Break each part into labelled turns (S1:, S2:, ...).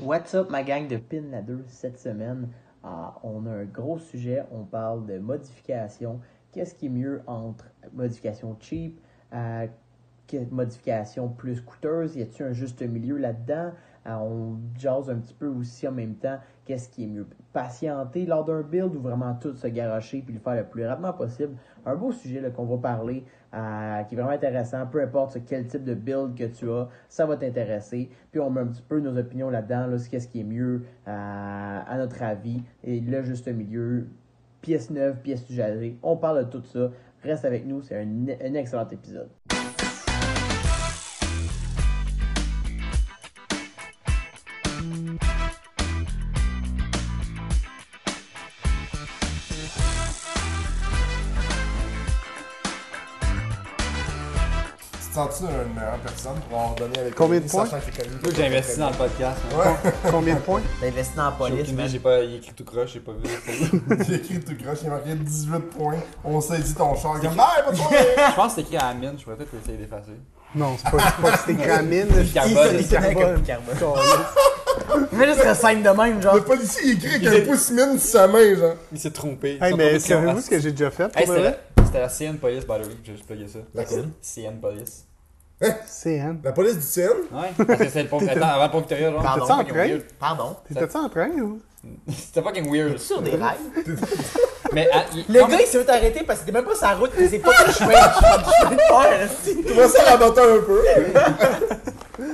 S1: What's up, ma gang de Pin la 2 cette semaine? ah, on a un gros sujet, on parle de modification. Qu'est-ce qui est mieux entre modification cheap, euh, que modification plus coûteuse? Y a-t-il un juste milieu là-dedans? Ah, on jase un petit peu aussi en même temps. Qu'est-ce qui est mieux? Patienter lors d'un build ou vraiment tout se garocher puis le faire le plus rapidement possible? Un beau sujet là, qu'on va parler, ah, qui est vraiment intéressant. Peu importe quel type de build que tu as, ça va t'intéresser. Puis on met un petit peu nos opinions là-dedans, là, sur qu'est-ce qui est mieux euh, à, à notre avis. Et le juste milieu, pièce neuve, pièce usagée. On parle de tout ça. Reste avec nous, c'est un, un excellent épisode.
S2: Tu te sens-tu une meilleure personne pour en redonner avec
S3: Combien
S2: lui,
S3: de points?
S2: sachant qu'il est connu
S4: Moi, j'ai investi dans le podcast. hein.
S3: Combien de points?
S1: T'investis dans la
S4: J'ai
S1: Ben, police,
S4: aucune idée,
S1: man.
S4: j'ai pas il est écrit tout croche, j'ai pas vu. Je
S2: J'ai écrit tout croche, j'ai marqué 18 points. On s'est dit ton char. Comme, hey, pas de problème!
S4: pense que c'est écrit à Amine, je pourrais peut-être essayer d'effacer.
S3: Non, c'est pas, c'est pas que é c'était gramine. là,
S4: Du carbone.
S3: c'est du carbone.
S1: Du carbone.
S3: Carbone.
S1: Mais là, ça scène de même, genre.
S2: Le policier il écrit avec un pouce mine sur sa main, genre.
S4: Il s'est trompé.
S3: Hey, mais savez-vous ce que é j'ai déjà fait?
S4: Hey,
S3: pour
S4: c'était
S3: vrai?
S4: la, c'était la CN Police, by the way, je, je pluguais ça.
S2: Laquelle?
S4: CN Police.
S3: CN.
S2: La police du CN?
S4: Ouais, parce que c'était le pont Attends, avant le pont Victoria, genre.
S1: Pardon,
S3: t'es-tu en
S1: fucking
S3: train?
S1: weird. Pardon.
S3: T'étais-tu en train ou?
S4: C'était fucking weird.
S1: Sur des rails.
S4: Mais à- il-
S1: Le
S4: non,
S1: gars, il s'est fait arrêter parce qu'il était même pas sur la route, il s'est pas le chemin. Je vais le faire, esti.
S2: Tu vois ça la bataille un peu?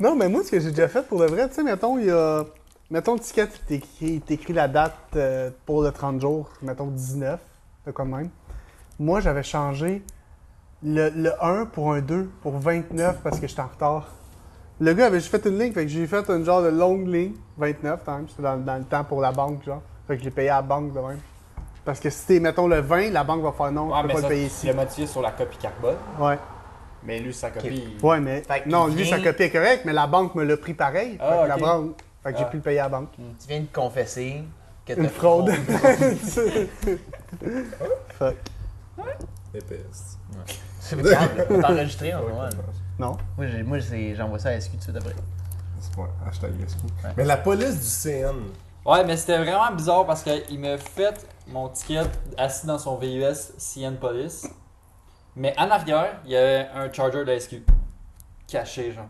S3: Non, mais moi, ce que j'ai déjà fait pour le vrai, tu sais, mettons, il y a. Mettons, le ticket, il t'écrit- il t'écrit la date euh, pour le 30 jours, mettons 19, de quand même. Moi, j'avais changé le, le 1 pour un 2 pour 29 parce que j'étais en retard. Le gars avait juste fait une ligne, fait que j'ai fait une genre de longue ligne, 29 quand même, c'était dans, dans le temps pour la banque, genre. Fait que je l'ai payé à la banque de même. Parce que si t'es, mettons, le 20, la banque va faire non,
S4: Ouais,
S3: tu peux
S4: mais
S3: pas
S4: ça,
S3: le payer
S4: tu
S3: ici.
S4: l'as modifié sur la copie carbone,
S3: Ouais.
S4: mais lui, sa copie. il-
S3: Ouais, mais.
S1: Fait que
S3: Non,
S1: il
S3: lui, sa
S1: vient-
S3: copie est correcte, mais la banque me l'a pris pareil.
S4: Ah,
S3: fait que la
S4: ok.
S3: banque. Fait que j'ai
S4: Ah.
S3: pu le payer à la banque.
S1: Tu viens de confesser que t'as
S3: Une fraude. Fuck.
S2: Épaisse.
S1: C'est câble. T'es enregistré
S2: Ah
S1: en ce moment. là.
S3: Non.
S1: Moi, j'ai- moi, c'est- j'envoie ça à SQ tout de suite après.
S2: C'est pas hashtag rescue. Mais la police du CN.
S4: Ouais, mais c'était vraiment bizarre parce qu'il m'a fait mon ticket assis dans son VUS CN Police. Mais en arrière, il y avait un charger de SQ caché, genre.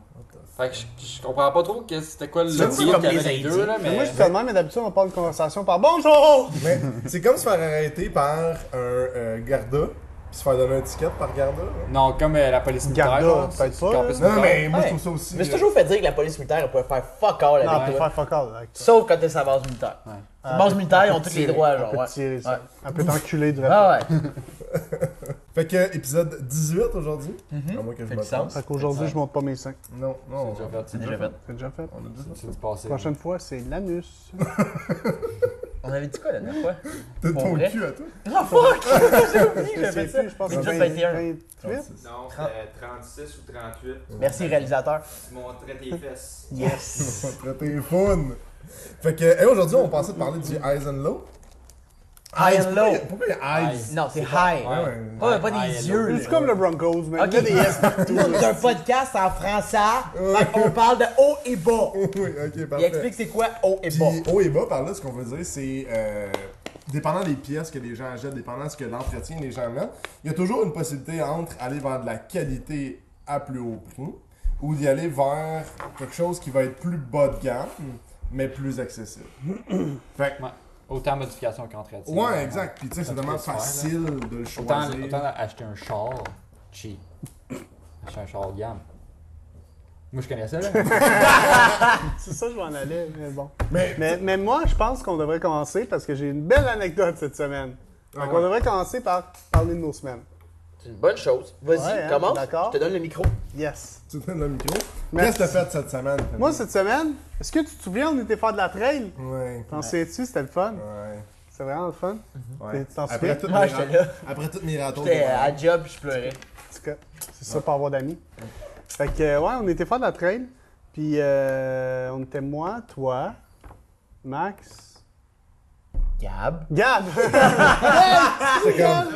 S4: Fait que je, je comprends pas trop que c'était quoi le
S2: C'est
S4: deal
S1: comme
S4: qu'il y
S1: les
S4: avait les deux,
S1: Indiens.
S4: là,
S3: Mais
S4: mais.
S3: moi, je suis le même, mais d'habitude, on parle de conversation par bonjour!
S2: Mais c'est comme se faire arrêter par un euh, garda, puis se faire donner un ticket par garda. là.
S4: Non, comme euh, la police militaire,
S3: Garda,
S4: genre,
S3: peut-être
S4: c'est
S3: pas,
S4: campus
S3: là.
S2: Non, non,
S4: militaire.
S2: mais moi je
S1: Ouais.
S2: trouve ça aussi.
S1: Mais c'est
S2: euh,
S1: toujours fait dire que la police militaire elle pouvait faire fuck all
S3: Non, on
S1: avec
S3: peut
S1: toi.
S3: faire fuck all. Avec
S1: Sauf quand t'es sa base militaire.
S4: Ouais.
S1: Sa base militaire, ils ont
S3: peut
S1: tous les
S3: tirer,
S1: droits,
S3: on
S1: genre.
S3: peut
S1: ouais.
S3: tirer, ça.
S1: Ouais.
S3: Un peu t'enculer du reste.
S1: Ah ouais.
S2: Fait que épisode 18 aujourd'hui. À moins que je
S1: Mhm. Fait
S2: me
S1: du sens.
S2: trompe.
S3: Fait qu'aujourd'hui, je monte pas mes seins.
S2: Non, non.
S4: C'est
S1: C'est déjà
S4: déjà fait.
S1: fait.
S3: C'est déjà fait.
S2: On a dit ça.
S4: C'est du passé.
S3: Prochaine fois, c'est l'anus.
S1: On avait dit quoi la dernière fois?
S2: T'as
S1: Pour
S2: ton
S1: vrai?
S2: cul à toi?
S1: Oh fuck! J'ai oublié que
S3: Je sais
S1: j'avais ça.
S3: plus, je pense
S1: C'est
S3: que
S1: déjà
S3: c'est
S1: 21.
S3: 28.
S5: Non, c'était 36 ou 38.
S1: Merci réalisateur.
S5: Tu montrais tes fesses.
S1: Yes.
S2: Traité fun! Fait que, hey, aujourd'hui, on pensait de parler du highs and low.
S1: High and
S2: Highs,
S1: low.
S2: pourquoi- Pourquoi il y a highs?
S1: Non, c'est high.
S4: Ouais.
S1: Pas, pas
S4: High
S1: des
S4: and low.
S1: yeux.
S3: C'est comme le Broncos, mais il y a des yes.
S1: Nous, c'est un podcast en français. On parle de haut et bas.
S2: Oui, ok,
S1: Oh. Il
S2: parfait.
S1: explique c'est quoi haut et
S2: Puis,
S1: bas.
S2: haut et bas, par là, ce qu'on veut dire, c'est. euh, dépendant des pièces que les gens achètent, dépendant de ce que l'entretien les gens mettent, il y a toujours une possibilité entre aller vers de la qualité à plus haut prix ou d'y aller vers quelque chose qui va être plus bas de gamme, mais plus accessible. fait que-
S4: Ouais. Autant modification qu'entraide.
S2: ouais, exact. Puis, tu sais, c'est tellement
S4: se faire, là.
S1: hein.
S2: facile de le choisir.
S4: Autant, autant acheter un char cheap. Acheter un char de gamme. Moi, je connaissais, là.
S3: C'est ça, je m'en allais, mais bon.
S2: Mais-
S3: mais, mais moi, je pense qu'on devrait commencer parce que j'ai une belle anecdote cette semaine.
S2: Ah
S3: Donc,
S2: ouais.
S3: on devrait commencer par parler de nos semaines.
S1: C'est une bonne chose. Vas-y,
S3: Ouais, hein,
S1: commence.
S3: d'accord.
S1: Je te donne le micro.
S3: Yes.
S2: Tu donnes le micro.
S3: Merci.
S2: Qu'est-ce que t'as fait cette semaine? Fanny?
S3: Moi, cette semaine, est-ce que tu te souviens, on était faire de la trail?
S2: Ouais.
S3: T'en souviens-tu? C'était le fun.
S2: Ouais.
S3: C'était vraiment le fun.
S2: ouais.
S3: Tu t'en
S2: Après
S3: souviens?
S2: toutes
S1: Ouais,
S2: mes
S1: j'étais
S2: ra-
S1: là.
S2: Après toutes mes râteaux.
S1: J'étais
S2: de-
S1: à job, je pleurais.
S3: En tout cas, c'est ça pour avoir d'amis. Fait que, euh, ouais, on était faire de la trail. Puis, euh, on était moi, toi, Max,
S1: Gab.
S3: Gab! um-
S2: C'est comme.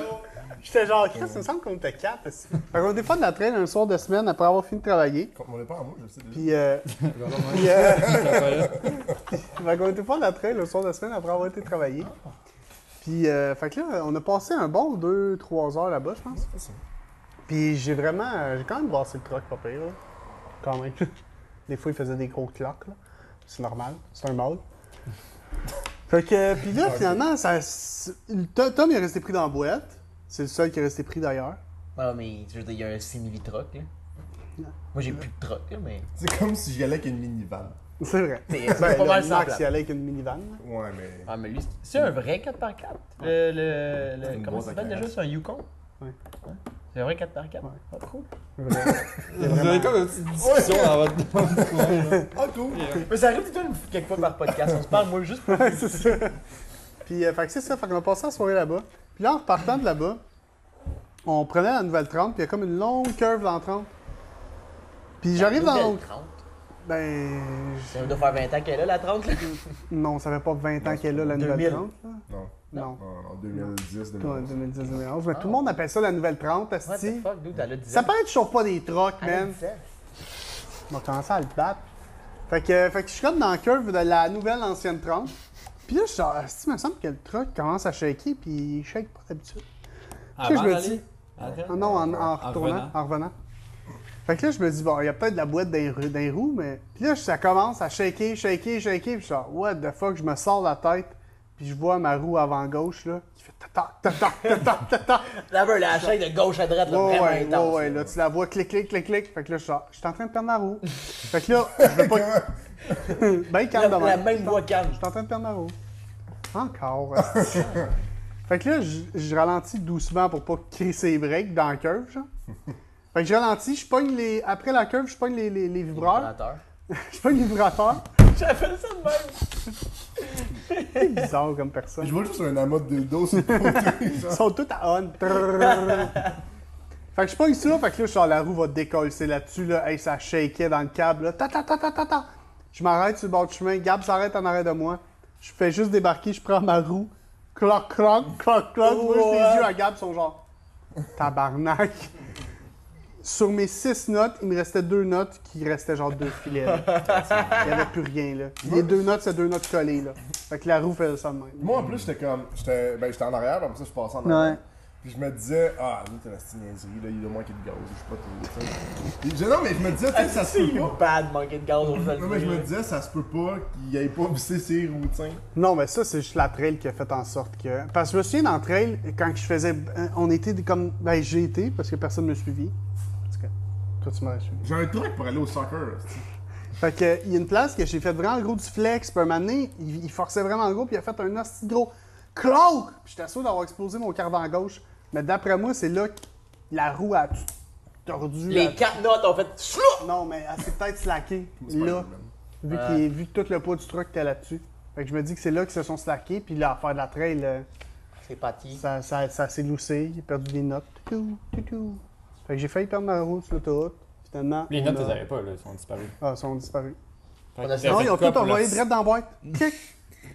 S3: J'étais genre, Chris, il me semble qu'on était quatre. parce que- assim? Fait qu'on était pas de né? la traîne un soir de semaine après avoir fini de travailler.
S2: Contre mon départ, moi, je le sais déjà.
S3: Puis, euh, puis, euh, fait qu'on était pas de la traîne un soir de semaine après avoir été travailler. Puis, euh, fait que là, on a passé un bon 2-3 heures là-bas, je pense.
S2: C'est ça.
S3: Puis j'ai vraiment. euh, J'ai quand même brassé le truck, pas pire, là. Quand même. des fois, il faisait des gros cloques, là. C'est normal. C'est un mâle. fait que. Puis là, finalement, ça. c'est- Tom Tom, il est resté pris dans la boîte. C'est le seul qui est resté pris d'ailleurs.
S1: Ah,
S6: Ouais, mais je veux dire, il y a un simili-troc, là.
S3: Non.
S6: Moi, j'ai plus de troc, là, mais.
S2: C'est comme si j'y allais avec une minivan.
S3: C'est vrai.
S6: C'est- c'est
S3: Ben,
S6: pas mal
S3: le Max,
S6: semblable.
S3: il allait avec une minivan. là.
S2: Ouais, mais.
S6: Ah, mais lui, c'est- c'est un vrai 4x4. Le, Euh, le, le-
S2: Une
S6: comment
S2: boîte
S6: ça
S2: à
S6: s'appelle déjà
S2: carrosses.
S6: C'est un Yukon
S3: Ouais.
S6: C'est un vrai 4x4.
S3: Ouais.
S6: Ah, cool.
S7: Vous avez comme une petite discussion dans votre.
S2: Ah, cool!
S6: Mais ça arrive tout le temps une- quelques fois par podcast. On se parle, moi, juste pour.
S3: Ouais, c'est ça. Puis, euh, fait que c'est ça. Fait qu'on a passé la soirée là-bas. Puis là, en repartant de là-bas, on prenait la nouvelle 30, puis il y a comme une longue curve dans la 30. Puis j'arrive dans
S6: Nouvelle
S3: l'autre.
S6: 30.
S3: Ben.
S6: Ça doit faire 20 ans qu'elle est là, la 30. Là.
S3: Non, ça fait pas 20 ans qu'elle est là, la
S6: 2000.
S3: nouvelle 30. là.
S2: Non,
S3: Non.
S2: non, non, 2010,
S3: Ouais,
S2: 2011.
S3: 2010, 2011. Mais tout le monde appelle ça la nouvelle 30,
S6: Ah. What the
S3: asti.
S6: fuck, dude, elle a 10
S3: Ça
S6: ans.
S3: paraît que je chauffe pas des trocs,
S6: Elle a
S3: man.
S6: 10 ans.
S3: On va commencer à le battre. Fait que, fait que je suis comme dans le curve de la nouvelle ancienne 30. Puis là, je suis genre, asti, il me semble que le truck commence à shaker, puis il shake pas d'habitude. Puis là, je me dis, Ah non, en, en retournant,
S7: revenant.
S3: en revenant. Fait que là, je me dis, bon, il y a peut-être de la boîte d'un roue, mais. Puis là, ça commence à shaker, shaker, shaker. Puis je suis genre, what the fuck, je me sors la tête. Puis je vois ma roue avant gauche, là, qui fait tatac, tatac, tatac, tatac.
S6: Là, veut la chaîne de gauche à droite, là,
S3: Ouais,
S6: vraiment
S3: ouais, ouais,
S6: intense.
S3: ouais, là, tu la vois, clic, clic, clic, clic. Fait que là, je suis genre, je suis en train de perdre ma roue. Fait que là, je veux pas. ben
S6: La,
S3: calme de
S6: la
S3: même.
S6: même voix calme.
S3: Je suis en train de perdre ma roue. Encore. esti. fait que là, je, je ralentis doucement pour pas crisser les breaks dans la curve, genre. Fait que je ralentis, je pogne les. Après la curve, je pogne les, les, les vibrateurs.
S6: Vibrateur.
S3: Je pogne les vibrateurs.
S6: J'appelle ça de même.
S3: C'est bizarre comme personne.
S2: Je vois juste un amas de dildo sur le côté.
S3: Ils
S2: genre.
S3: sont tous à on. Trrrr. fait que je pogne ça, fait que là, je suis genre, la roue va décoller, c'est là-dessus, là. Hey, ça shakeait dans le câble, là. Ta, ta, ta, ta, ta, ta. Je m'arrête sur le bord du chemin, Gab s'arrête en arrêt de moi. Je fais juste débarquer, je prends ma roue. Cloc, cloc, cloc, cloc. Moi, j'ai les yeux à Gab, ils sont genre. Tabarnak. Sur mes six notes, il me restait deux notes qui restaient genre deux filets. là. Il n'y avait plus rien, là. Les deux notes, c'est deux notes collées, là. Fait que la roue faisait ça de même.
S2: Moi, en plus, j'étais comme. J'étais ben, j'étais en arrière, comme ça, je passais en arrière.
S3: Ouais.
S2: Puis je me disais, ah, lui, t'as la petite niaiserie, là, il y a moins qu'il de gaz, je sais pas tout. tu sais. Puis je- non, mais je me disais, tu sais,
S3: Ah,
S2: ça se peut pas.
S6: Bad manquer de gaz au sol.
S2: Non, mais je me disais, ça se peut pas qu'il ait pas vissé ses roues, tu sais.
S3: Non, mais ça, c'est juste la trail qui a fait en sorte que. Parce que je me souviens dans trail, quand je faisais. euh, On était comme. Ben, j'ai été parce que personne ne me suivit. Parce que. Toi, tu m'as suivi.
S2: J'ai un truc pour aller au soccer. c'est-tu.
S3: Fait que, il y a une place que j'ai fait vraiment gros du flex. Puis un moment donné, il, il forçait vraiment gros. Puis il a fait un hostie de gros. Cloak! Puis j'étais sûr d'avoir explosé mon cardan gauche. Mais d'après moi, c'est là que la roue a tout tordu. elle a-
S6: Les quatre notes ont fait slou!
S3: Non, mais elle s'est peut-être slackée.
S2: C'est pas
S3: Là.
S2: grave, man.
S3: Vu,
S6: Ouais.
S3: qu'il- vu que tout le poids du truc était là-dessus. Fait que je me dis que c'est là qu'ils se sont slackés. Puis là, à faire de la trail. euh,
S6: C'est parti.
S3: Ça, ça, ça s'est loussé, j'ai perdu des notes. Toutou, toutou. Fait que j'ai failli perdre ma route sur l'autoroute. Finalement.
S7: Les
S3: on
S7: notes,
S3: a-
S7: ils avaient pas, là, ils sont disparus.
S3: Ah, ils sont disparus.
S7: Fait que
S6: a-
S7: t'avais
S3: non, ils ont
S7: quoi
S3: tout
S7: pour
S3: envoyé
S7: le-
S3: direct dans la boîte. Clic!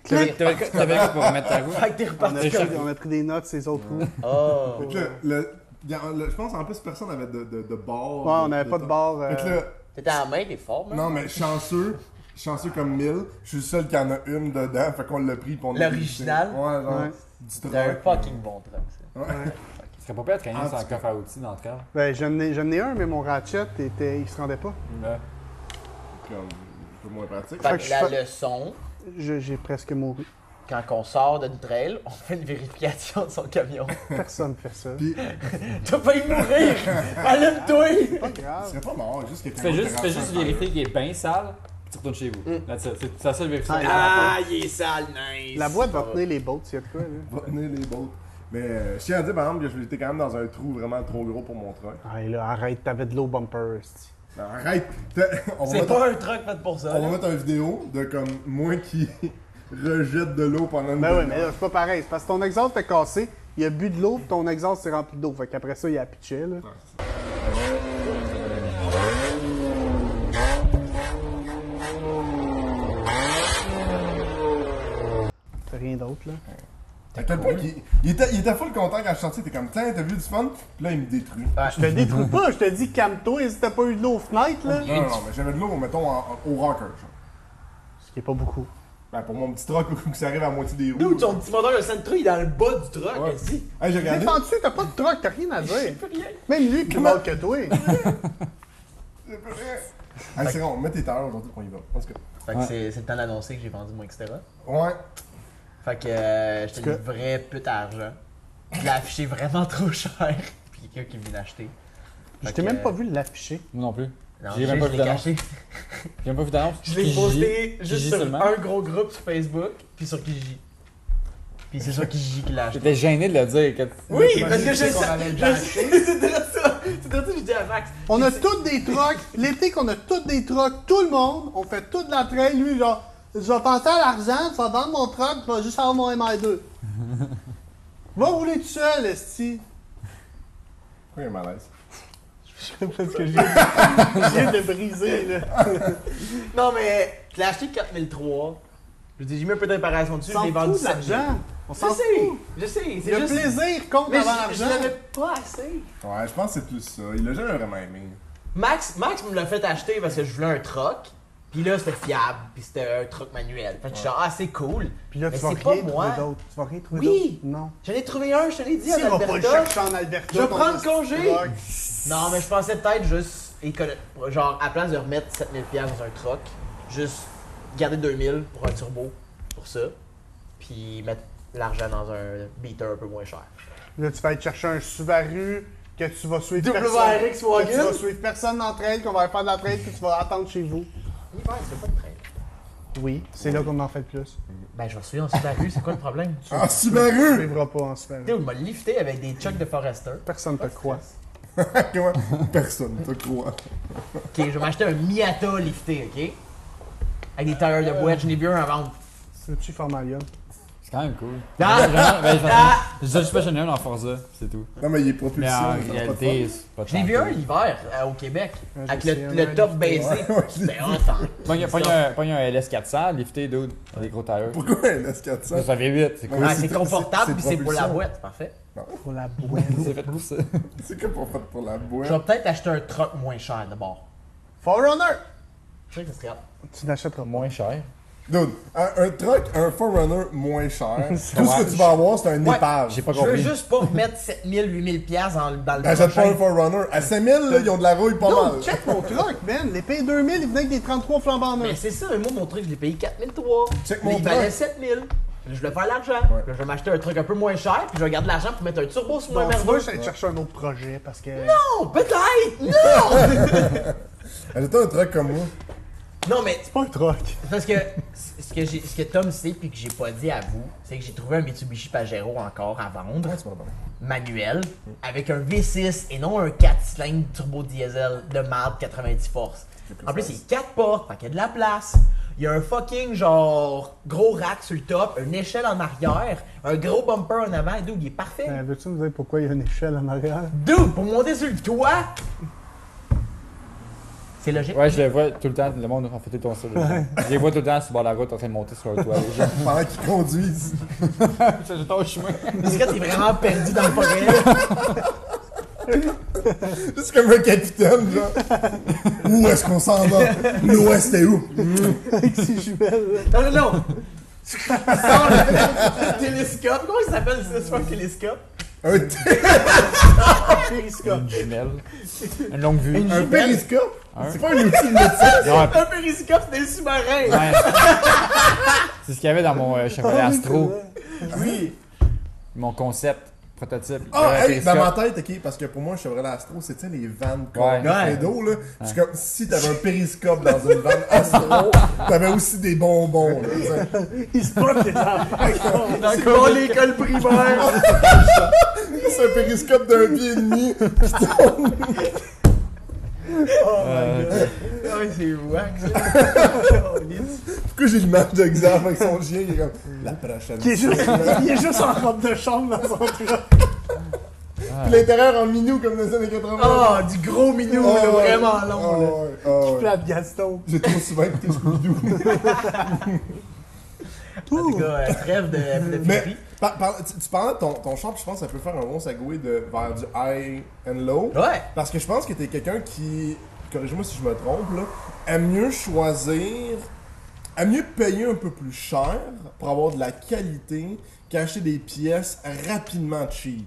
S7: T'avais
S3: Clic!
S7: t'avais quoi t'avais quoi pour remettre ta roue?
S6: Fait que t'es
S3: On
S6: reparti.
S3: a, pris, on a pris des notes, ces autres roues.
S6: Oh.
S2: Fait que là, le- il y a- le- je pense en plus, personne n'avait de, de, de bord.
S3: Ouais,
S2: de-
S3: on n'avait pas de barre.
S2: Fait que
S3: euh,
S2: là,
S6: T'étais en main, t'es fort, man.
S2: non, mais chanceux, chanceux comme mille, je suis le seul qui en a une dedans, fait qu'on l'a pris pour
S6: L'original?
S2: Ouais, genre,
S3: Ouais.
S2: du
S6: C'était un
S2: truc.
S6: fucking bon truc, ça.
S7: Ce serait pas pire de traîner
S2: Ah,
S7: sans
S2: tu peux.
S7: coffre à outils dans le train.
S3: Ben, j'en ai, j'en ai un, mais mon ratchet, était, il se rendait pas.
S7: Là,
S2: Comme, un peu moins pratique.
S6: Fait
S3: que
S6: que
S3: je
S6: la
S3: fais-
S6: leçon,
S3: Je- j'ai presque mouru.
S6: quand on sort d'une trail, on fait une vérification de son camion.
S3: Personne fait ça.
S2: Puis,
S6: T'as failli mourir! Allume-toi!
S3: Pas
S2: il
S3: grave.
S2: serait pas mort, juste quelqu'un
S7: Tu fais
S2: d'autre
S7: juste,
S2: qui
S7: tu fais
S2: rentre
S7: juste
S2: dans le
S7: vérifier qu'il est bien sale, puis tu retournes chez vous. That's it. C'est c'est la seule vérification.
S3: Ah,
S6: Ah, il est sale, nice!
S3: La boîte va tenir les bottes, s'il y a de quoi, là.
S2: Va tenir les bottes. Mais euh, je tiens à dire, par exemple, que j'étais quand même dans un trou vraiment trop gros pour mon truck.
S3: Ah, là, arrête, t'avais de l'eau bumper. esti.
S2: Arrête! T'as- On va,
S6: C'est
S2: mettre,
S6: pas un truc fait pour ça.
S2: on va
S6: là.
S2: mettre une vidéo de comme moi qui rejette de l'eau pendant une
S3: Ben oui,
S2: demi-heure.
S3: mais là, c'est pas pareil. C'est parce que ton exhaust était cassé, il a bu de l'eau, puis ton exhaust s'est rempli d'eau. Fait qu'après ça, il a pitché, là. T'as rien d'autre, là.
S2: À quel point qu'il- il, était, il était full content quand je suis sorti, t'es comme, tiens, t'as vu du fun? Puis là, il me détruit.
S8: Ah.
S6: Ouais.
S3: Je te détruis pas, je te dis calme-toi, si t'as pas eu de l'eau aux fenêtres, là.
S2: Non, non, non, mais j'avais de l'eau, mettons, en- en- au rocker. genre.
S3: Ce qui est pas beaucoup.
S2: Ben, pour mon petit truck, que ça arrive à moitié des roues.
S8: D'où ton petit moteur de Sentra, il est dans le bas du truck,
S2: Ouais.
S8: ici.
S2: Hey, j'ai regardé.
S3: Défends-tu, t'as pas de truc, t'as rien à dire. Même lui, plus
S2: Comment-
S3: mal que toi.
S2: J'ai pas fait. Hey, c'est bon, on met tes talons aujourd'hui, on y va. En tout cas.
S6: Fait que c'est c'est le temps d'annoncer que j'ai vendu mon Xterra.
S2: Ouais.
S6: Fait que euh, j'étais
S3: Parce
S6: une vraie pute à argent. Je l'ai affiché vraiment trop cher. Puis quelqu'un qui est venu l'acheter.
S3: Je
S6: Fait
S3: t'ai
S6: que,
S3: même pas
S6: euh,
S3: vu l'afficher.
S4: Moi non plus.
S6: Non,
S4: J'ai
S6: je
S4: même pas
S6: je
S4: vu
S6: l'ai
S4: d'annonce.
S6: caché.
S4: J'ai même pas vu d'annonce.
S6: Je l'ai
S4: Kijiji.
S6: posté juste
S4: Kijiji
S6: sur
S4: seulement.
S6: un gros groupe sur Facebook, puis sur Kijiji. Puis c'est sur Kijiji qui l'a acheté.
S4: J'étais gêné de le dire. que-
S8: Oui,
S6: Là,
S8: parce que
S6: t'imagines
S8: je
S6: qu'on allait
S8: sais.
S6: le
S8: je- C'est de ça. C'est de ça que je dis à Max.
S3: On a tous des trucks. L'été qu'on a tous des trucks, tout le monde, on fait toute la trail. Lui, genre, je vais penser à l'argent, tu vas vendre mon truck, tu vas juste avoir mon MI2. Va rouler tout seul, Esti.
S2: Pourquoi il y a un malaise?
S3: Je sais pas ce que j'ai Je viens de briser, là.
S8: Non, mais je l'ai acheté 4003. Je dis, j'ai mis un peu de réparation dessus, je l'ai vendu 7000.
S3: On
S8: Je
S3: s'en fout.
S8: sais, je sais,
S3: Le
S8: c'est juste.
S3: plaisir compte
S8: Mais
S3: avant
S8: je- je
S3: l'argent.
S8: l'avais pas assez.
S2: Ouais, je pense que c'est plus ça. Il l'a jamais vraiment aimé.
S8: Max, Max me l'a fait acheter parce que je voulais un troc. Puis là, c'était fiable, puis c'était un truc manuel. Fait que je suis genre, ah, c'est cool.
S3: Puis là,
S8: Mais
S3: tu vas
S8: c'est
S3: rien
S8: pas
S3: trouver
S8: moi.
S3: d'autre. Tu vas rien trouver
S8: Oui.
S3: d'autre. Non.
S8: J'en ai trouvé un, je te l'ai dit,
S3: Tu
S8: en
S3: vas pas le
S8: Alberta.
S3: chercher en Alberta.
S8: Je vais
S3: ton
S8: prendre
S3: esti
S8: congé.
S3: truck.
S8: Non, mais je pensais peut-être juste, écono- genre, à place de remettre 7000$ dans un troc, juste garder 2000$ pour un turbo, pour ça. Puis mettre l'argent dans un beater un peu moins cher.
S3: Là, tu vas aller chercher un Subaru que tu vas suivre
S8: Double
S3: personne.
S8: RX
S3: que tu
S8: Wagon.
S3: vas suivre personne d'entre elles, qu'on va aller faire de la trail, que tu vas attendre chez vous.
S8: L'hiver, tu fais pas de trail.
S3: Oui, c'est là qu'on en fait le plus.
S8: Ben, je vais suivre ensuite la rue, c'est quoi le problème?
S2: Ah,
S3: Tu
S2: Subaru!
S3: suivras pas en Subaru.
S8: Théo, il m'a lifté avec des chucks de Forester.
S3: Personne te croit.
S2: Comment? Personne, te croit.
S8: Ok, je vais m'acheter un Miata lifté, ok? Avec des tailleurs de boîte, j'en ai vu un à vendre.
S3: C'est-tu Formalium?
S4: C'est quand même cool.
S8: Ah!
S4: Genre, ben, je-
S8: Ah!
S4: je disais juste pas j'en ai un dans Forza, c'est tout.
S2: Non, mais il est
S4: Mais
S2: propulsion.
S4: en
S2: il n'a pas de fun.
S4: réalité, c'est pas
S8: Je l'ai vu un l'hiver euh, au Québec,
S3: ben, Ouais,
S8: avec
S3: j'ai
S8: le,
S3: essayé
S8: le
S3: un
S8: top
S3: lifté.
S8: baissé. C'était hot, hein.
S4: Pogne pogne un, pogne un LS400, lifté, dude, des gros tailleurs.
S2: Pourquoi un S400?
S4: Ça fait 8, c'est cool.
S8: Ah,
S2: c'est-
S8: c'est confortable,
S2: c'est-
S8: puis
S2: c'est
S8: c'est pour la
S2: propulsion.
S8: boîte, parfait.
S3: Pour la boîte.
S4: C'est fait pour ça.
S2: C'est quoi pour faire pour la
S8: Je vais
S2: boîte?
S8: peut-être acheter un truck moins cher d'abord.
S3: Forerunner!
S8: Je sais que ça serait hot.
S3: Tu n'achèteras pas.
S4: Moins cher.
S2: Dude, un, un truck, un Forerunner moins cher, tout ce
S4: Ouais.
S2: que tu vas avoir, c'est un
S8: Ouais.
S2: épave.
S4: J'ai pas
S8: Je veux
S4: compris.
S8: juste pas mettre 7000, 8000$ piastres dans, le- dans le
S2: Achète pas
S8: prochain.
S2: un Ben, Forerunner. À 5000, là, ils ont de la rouille pas
S3: Non,
S2: mal.
S3: check mon truck, man! Les pays 2000, ils venaient avec des 33 flambants
S8: Mais
S3: neufs.
S8: c'est ça, moi mon truc, je l'ai payé 4003.
S2: Check
S8: Mais
S2: mon
S8: il
S2: truck.
S8: valait 7000. Je voulais faire l'argent.
S2: Ouais.
S8: Là, Je vais m'acheter un truc un peu moins cher, puis je vais garder l'argent pour mettre un turbo sur
S3: Bon,
S8: moi
S3: tu vois,
S8: merveilleux.
S3: j'allais chercher un autre projet parce que.
S8: Non, peut-être! Non!
S2: Achète un truck comme moi.
S8: non, mais
S3: C'est pas un truck.
S8: parce que c- ce que, j'ai- ce que Tom sait, puis que j'ai pas dit à vous, c'est que j'ai trouvé un Mitsubishi Pajero encore à vendre,
S2: Ouais, tu m'en parles.
S8: manuel, avec un V6 et non un 4 cylindres turbo diesel de marde 90 forces. En plus, il y a 4 portes, fait qu'il y a de la place. Il y a un fucking genre gros rack sur le top, une échelle en arrière, un gros bumper en avant, et d'où il est parfait.
S3: Euh, Veux-tu me dire pourquoi il y a une échelle en arrière?
S8: Dude, pour monter sur le toit! C'est logique.
S4: Ouais, je les vois tout le temps, le monde en fait tout le temps ça. Je les vois tout le temps sur le bord de la route en train de monter sur un toit. les gens.
S2: Pendant qu'ils conduisent.
S4: C'est juste au chemin.
S8: Parce que t'es vraiment perdu dans le forêt.
S2: Juste comme un capitaine, genre. Où est-ce qu'on s'en va? L'Ouest est où?
S3: Avec ses jumelles, là.
S8: Non, non, non! Tu sors le télescope. Comment il s'appelle ça, ce télescope?
S2: Un, t-
S3: Périscope.
S4: Une jumelle. Une longue vue.
S2: un périscope?
S4: Un.
S2: C'est pas un outil de médecine.
S4: Ils ont un-
S8: Un périscope, c'est des sous-marins!
S4: Ouais. C'est ce qu'il y avait dans mon euh, Chevrolet Astro.
S8: Oui!
S4: Mon concept, prototype.
S2: Ah,
S4: le
S2: hey, dans ma
S4: périscope.
S2: tête, ok, parce que pour moi, Chevrolet Astro, c'est tu sais, les vannes qu'on
S4: Ouais.
S2: plein
S8: Ouais.
S2: d'eau, là. Je suis comme, si t'avais un périscope dans une vanne Astro, t'avais aussi des bonbons, là, tu sais.
S3: Il se porte les enfants.
S8: C'est bon l'école primaire!
S2: C'est un périscope d'un pied et demi.
S4: Euh,
S8: Ah ouais, c'est wack ça!
S2: Pourquoi j'ai l'image d'exemple avec son chien qui est comme, la prochaine.
S3: Qui est juste, il est juste en robe de chambre dans son truc.
S2: Puis l'intérieur en minou comme dans les années 80.
S8: Ah, du gros minou,
S2: Oh,
S8: là,
S2: ouais.
S8: vraiment long! là.
S2: Oh, ouais, oh, ouais.
S3: Puis la Gaston.
S2: J'ai trop souvent écouté Scooby-Doo.
S8: En tout cas, euh, trêve de, de
S2: Mais-
S8: furie.
S2: Par- par- tu, tu parlais de ton, ton champ, puis je pense que ça peut faire un bon sagoué de, vers du high and low.
S8: Ouais.
S2: Parce que je pense que t'es quelqu'un qui, corrige-moi si je me trompe, là, aime mieux choisir, aime mieux payer un peu plus cher pour avoir de la qualité qu'acheter des pièces rapidement cheap.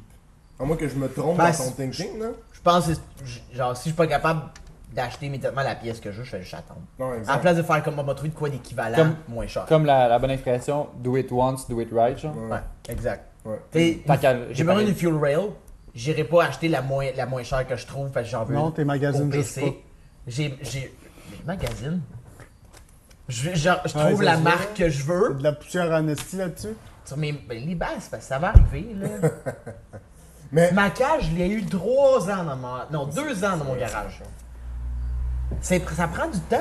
S2: À moins que je me trompe
S8: Ben,
S2: dans ton
S8: c'est-
S2: thinking, là.
S8: Je pense que, c'est- genre, si je suis pas capable d'acheter immédiatement la pièce que je veux, je vais juste attendre.
S2: Non,
S8: En
S2: exact.
S8: place de faire comme on m'a trouvé de quoi d'équivalent
S4: Comme-
S8: moins cher.
S4: Comme la, la bonne expression, do it once, do it right, genre.
S2: Ouais.
S8: Ouais, exact.
S2: Ouais.
S8: T'sais,
S4: Tant qu'à-
S8: J'ai besoin d'une fuel rail. J'irai pas acheter la moins, la moins chère que je trouve parce que j'en veux.
S3: Non, tes magasines,
S8: au
S3: je sais
S8: PC.
S3: pas.
S8: J'ai. J'ai. mes magazines. Je, genre, je
S3: Ouais,
S8: trouve
S3: c'est
S8: la
S3: ça.
S8: marque que je veux.
S3: De la poussière en esti là-dessus.
S8: Sur mes. ben, les bases, parce que ça va arriver, là.
S2: Mais-
S8: Ma cage, je l'ai eu trois ans dans mon. Non, deux ans dans mon garage. C'est- Ça prend du temps.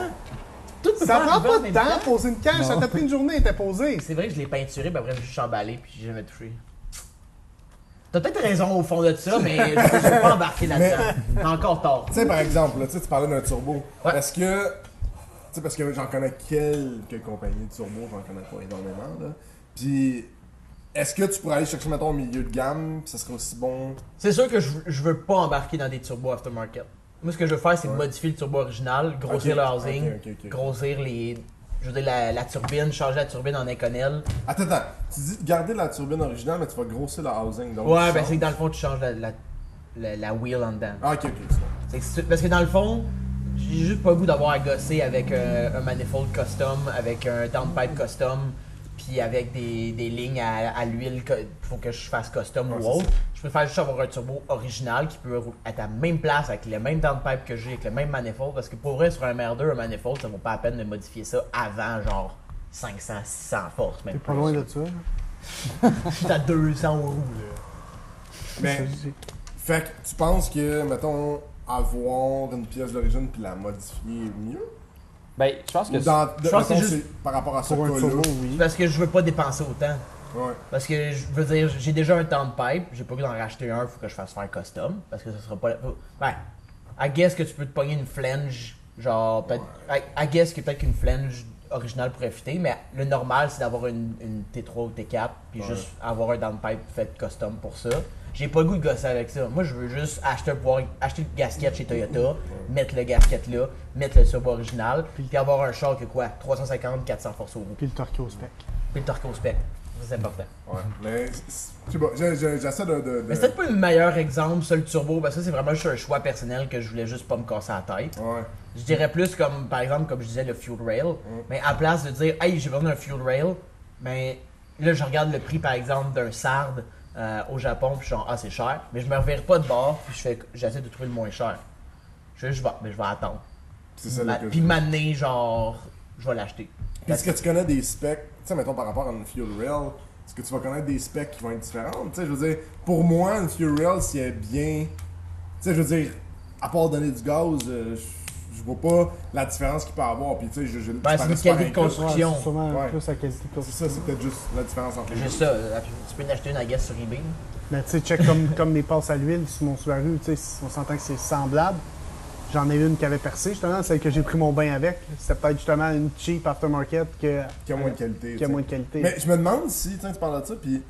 S8: Tout
S3: Ça
S8: prend
S3: prend
S8: du temps en
S3: pas de
S8: même
S3: temps à poser une cage, ça t'a pris une journée, elle était posée.
S8: C'est vrai que je l'ai peinturé, puis après, je suis emballé, puis j'ai jamais touché. T'as peut-être raison au fond de ça, mais je ne suis pas embarqué là-dedans. T'as encore tort.
S2: Tu sais, par exemple, là, tu sais, tu parlais d'un turbo.
S8: Ouais.
S2: Parce que. Tu sais, parce que j'en connais quelques compagnies de turbo, j'en connais pas énormément, là. Puis. Est-ce que tu pourrais aller chercher, mettons, au milieu de gamme, puis ça serait aussi bon?
S8: C'est sûr que je, je veux pas embarquer dans des turbos aftermarket. Moi, ce que je veux faire, c'est modifier le turbo original, grossir
S2: Ok,
S8: le housing,
S2: ok, ok, ok.
S8: grossir les. Je veux dire, la, la turbine, changer la turbine en Econel.
S2: Attends, attends. Tu dis de garder la turbine originale, mais tu vas grossir la housing. Donc
S8: Ouais,
S2: tu
S8: ben
S2: changes.
S8: c'est que dans le fond, tu changes la, la, la- la wheel en dedans.
S2: Ah, ok, ok. c'est bon.
S8: C'est que si tu- parce que dans le fond, j'ai juste pas le goût d'avoir à gosser avec euh, un manifold custom, avec un downpipe custom, puis avec des, des lignes à, à l'huile que faut que je fasse custom
S2: Ouais,
S8: ou
S2: c'est
S8: autre. Je préfère juste avoir un turbo original qui peut rouler à ta même place avec le même downpipe que j'ai, avec le même manifold, parce que pour vrai, sur un MR2, un manifold, ça vaut pas la peine de modifier ça avant genre 500, 600 forces, même
S3: T'es pas
S8: plus.
S3: loin de ça. là.
S8: Je suis à 200 roues, là.
S2: Mais, fait que tu penses que, mettons, avoir une pièce d'origine puis la modifier est mieux?
S4: Ben, je pense que
S2: Ou dans, de-
S8: je pense que
S2: mettons,
S8: c'est
S2: c'est par rapport à ce
S3: Pour un
S2: cas-là?
S3: turbo, oui.
S8: Parce que je veux pas dépenser autant.
S2: Ouais.
S8: Parce que je veux dire, j'ai déjà un downpipe, j'ai pas goût d'en racheter un, faut que je fasse faire custom. Parce que ça sera pas. la- Ben, I guess que tu peux te pogner une flange, genre. peut- I, I guess que peut-être qu'une flange originale pourrait fitter, mais le normal c'est d'avoir une, une T3 ou T4, puis juste avoir un downpipe fait custom pour ça. J'ai pas le goût de gosser avec ça. Moi, je veux juste acheter, un pouvoir, acheter le gasket chez Toyota, mettre le gasket là, mettre le sub original, puis avoir un char que quoi 350, 400 forces au bout.
S3: Puis le torqué au spec.
S8: Puis le torque au spec. Ça, C'est important.
S2: Ouais. Mais, c'est- je sais pas, j'ai- j'ai- j'essaie de. de, de-
S8: Mais c'est peut-être pas le meilleur exemple, ça, le turbo, parce que ça, c'est vraiment juste un choix personnel que je voulais juste pas me casser la tête.
S2: Ouais.
S8: Je dirais plus comme, par exemple, comme je disais, le fuel rail. Mais à place de dire, hey, j'ai besoin d'un fuel rail, mais là, je regarde le prix, par exemple, d'un Sard euh, au Japon, puis je suis genre, ah, c'est cher. Mais je me revire pas de bord, puis je fais, j'essaie de trouver le moins cher. Je fais, je vais, mais je vais attendre.
S2: C'est ça
S8: Ma-
S2: le
S8: puis m'amener, genre, je vais l'acheter.
S2: Puis est-ce que tu connais des specs, tu sais, mettons par rapport à une Fuel Rail, est-ce que tu vas connaître des specs qui vont être différentes? Tu sais, je veux dire, pour moi, une Fuel Rail, si elle est bien. Tu sais, je veux dire, à part donner du gaz, euh, je je vois pas la différence qu'il peut avoir. Puis tu sais, je. je
S8: Ben, c'est une qualité de
S2: construction.
S3: Ouais,
S8: construction.
S3: c'est sûrement
S2: Ouais.
S3: plus la qualité de
S2: C'est ça, c'est peut-être juste la différence entre les deux.
S8: Juste ça. là, puis Tu peux en acheter une, à guess, sur eBay. là.
S3: Mais tu sais, check comme, comme mes passes à l'huile sur mon Subaru, tu sais, on s'entend que c'est semblable. J'en ai une qui avait percé, justement, celle que j'ai pris mon bain avec. C'était peut-être justement une cheap aftermarket que,
S2: Qui a moins de qualité.
S3: qui
S2: tu
S3: a
S2: sais.
S3: moins de qualité.
S2: Mais je me demande si, tiens, tu parles de ça, puis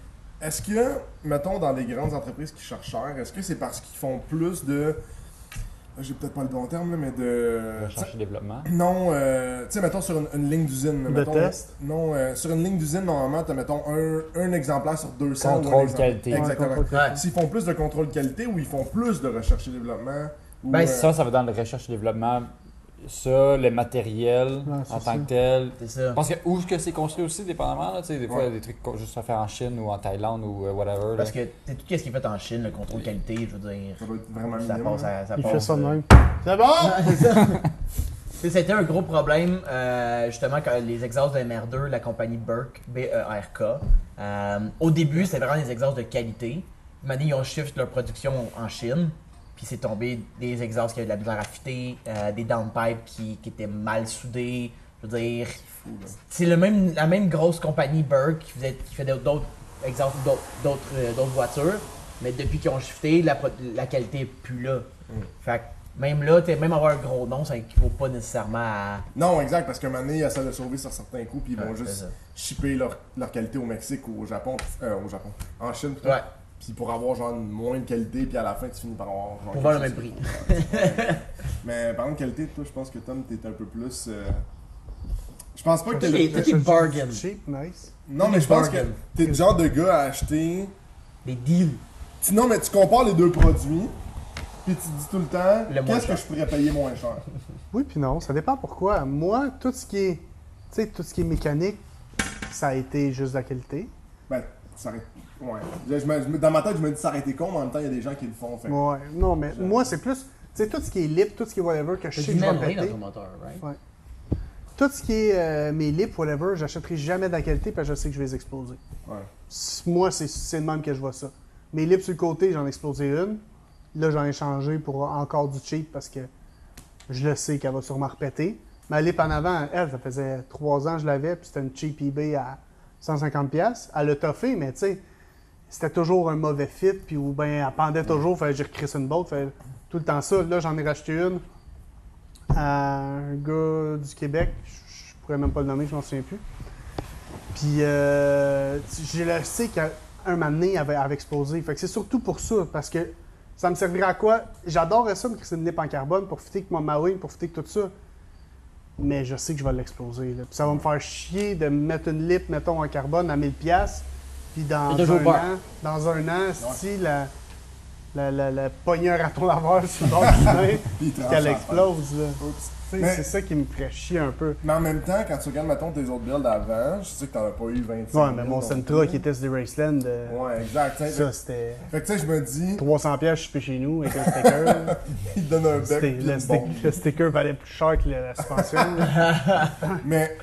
S2: est-ce que, mettons, dans les grandes entreprises qui cherchent cher, est-ce que c'est parce qu'ils font plus de. ah, J'ai peut-être pas le bon terme, là, mais de.
S4: je cherche le développement.
S2: Non, euh, tu sais, mettons sur une, une ligne d'usine. mettons,
S3: test?
S2: Non, euh, sur une ligne d'usine, normalement, tu mettons un, un exemplaire sur 200. ou un
S4: Contrôle
S2: exemplaire.
S4: qualité.
S2: Exactement.
S3: Ouais, contrôle
S8: qualité.
S2: S'ils font plus de contrôle qualité ou ils font plus de recherche et développement. Ou,
S8: Ben,
S2: euh,
S4: Ça, ça va dans le recherche et développement. Ça, le matériel
S3: Ouais, c'est
S4: en tant
S3: ça.
S4: que tel.
S8: C'est ça.
S4: Je pense que où est-ce que c'est construit aussi, dépendamment. Là, tu sais, des fois,
S2: Ouais.
S4: il y a des trucs qu'on- juste à faire en Chine ou en Thaïlande ou euh, whatever.
S8: Parce
S4: là.
S8: que c'est tout ce qui est fait en Chine, le contrôle qualité, je veux dire.
S2: Ça doit être vraiment
S8: Ça
S2: minime,
S8: passe
S2: hein.
S8: à. Ça
S3: Il
S8: passe,
S3: fait ça de
S8: euh,
S3: même. C'est bon!
S8: Tu sais, C'était un gros problème, euh, justement, quand les exhausts de MR2, la compagnie Burke, B-E-R-K. euh, au début, c'était vraiment des exhausts de qualité. Maintenant, ils ont shift leur production en Chine. Puis c'est tombé des exhausts qui avaient de la misère à fitter, euh, des downpipes qui, qui étaient mal soudés. Je veux dire, c'est le même, la même grosse compagnie Burke qui faisait, qui faisait d'autres exhausts, d'autres, d'autres, euh, d'autres voitures. Mais depuis qu'ils ont shifté, la, pro- la qualité n'est plus là. Fait que Même là, t'es- même avoir un gros nom, ça équivaut pas nécessairement à.
S2: Non, exact, parce qu'à un moment donné, ça le sauver sur certains coups, puis ils vont
S8: Ouais, c'est
S2: juste
S8: ça.
S2: shipper leur, leur qualité au Mexique ou au Japon, euh, au Japon, en Chine, plutôt.
S8: Ouais,
S2: puis pour avoir genre une moins de qualité, puis à la fin, tu finis par avoir. Genre
S8: pour voir le
S2: quelque
S8: même
S2: chose.
S8: prix.
S2: Mais par contre, qualité, toi, je pense que Tom, t'es un peu plus. euh, Je pense pas que.
S8: Il est-
S2: t'es-
S8: il est bargain.
S3: Cheap, nice.
S2: Non, mais je pense que
S8: bargain.
S2: t'es le genre de gars à acheter.
S8: Des deals.
S2: Tu- Non, mais tu compares les deux produits, puis tu te dis tout le temps,
S8: Le moins
S2: qu'est-ce que
S8: cher.
S2: je pourrais payer moins cher
S3: Oui, puis non, ça dépend pourquoi. Moi, tout ce qui est, tu sais, tout ce qui est mécanique, ça a été juste de la qualité.
S2: Ben, ça aurait. Ouais. Je- je me- je me- dans ma tête, je me dis ça aurait été con, mais en même temps, il y a des gens qui le font. Fait. que-
S3: Ouais, non, mais moi, c'est plus, tu sais, tout ce qui est libre, tout ce qui est whatever, que je
S8: T'as
S3: sais
S8: du
S3: que je vais
S8: membrane dans
S3: péter.
S8: ton moteur, right?
S3: Tout ce qui est euh, mes lips, whatever, j'achèterai jamais de la qualité parce que je sais que je vais les exploser.
S2: Ouais.
S3: S- Moi, c'est- c'est le même que je vois ça. Mes lips sur le côté, j'en ai explosé une. Là, j'en ai changé pour encore du cheap parce que je le sais qu'elle va sûrement repéter. Ma lip en avant, elle, ça faisait trois ans que je l'avais, puis c'était une cheap eBay à 150$. Elle a toffé, mais tu sais, c'était toujours un mauvais fit, puis ou bien elle pendait toujours, fallait que j'y recrisse une botte, fait tout le temps ça. Là, j'en ai racheté une à un gars du Québec, je je pourrais même pas le nommer, je m'en souviens plus. Puis euh, tu- je le sais qu'un un moment donné, elle avait, elle avait explosé. Fait que c'est surtout pour ça, parce que ça me servirait à quoi? J'adorerais ça, me crisser une lip en carbone, pour profiter que mon Maui, pour profiter que tout ça. Mais je sais que je vais l'exploser. là. Puis ça va me faire chier de mettre une lip, mettons, en carbone à 1000$. piastres, Puis dans
S8: T'as toujours
S3: un,
S8: peur.
S3: an, dans un an, si la, la, la, la pogneur à ton laveur sur le bord du chemin,
S2: Puis il te
S3: qu'elle
S2: lance la
S3: explose. là.
S2: Oups.
S3: Tu sais,
S2: Mais-
S3: C'est ça qui me ferait chier un peu.
S2: Mais en même temps, quand tu regardes, mettons, tes autres builds d'avant, je sais que t'en as pas eu 25.
S3: Ouais, mais mon
S2: donc-
S3: Sentra qui était sur des Raceland, euh,
S2: Ouais, exact. t'sais.
S3: ça c'était
S2: Fait que tu sais, je me dis,
S3: 300 pièces, je suis chez nous avec un sticker. là.
S2: il te donne un bec.
S3: C'était-
S2: puis
S3: le,
S2: une
S3: stick-
S2: bombe.
S3: le sticker valait plus cher que la, la suspension. là.
S2: Mais,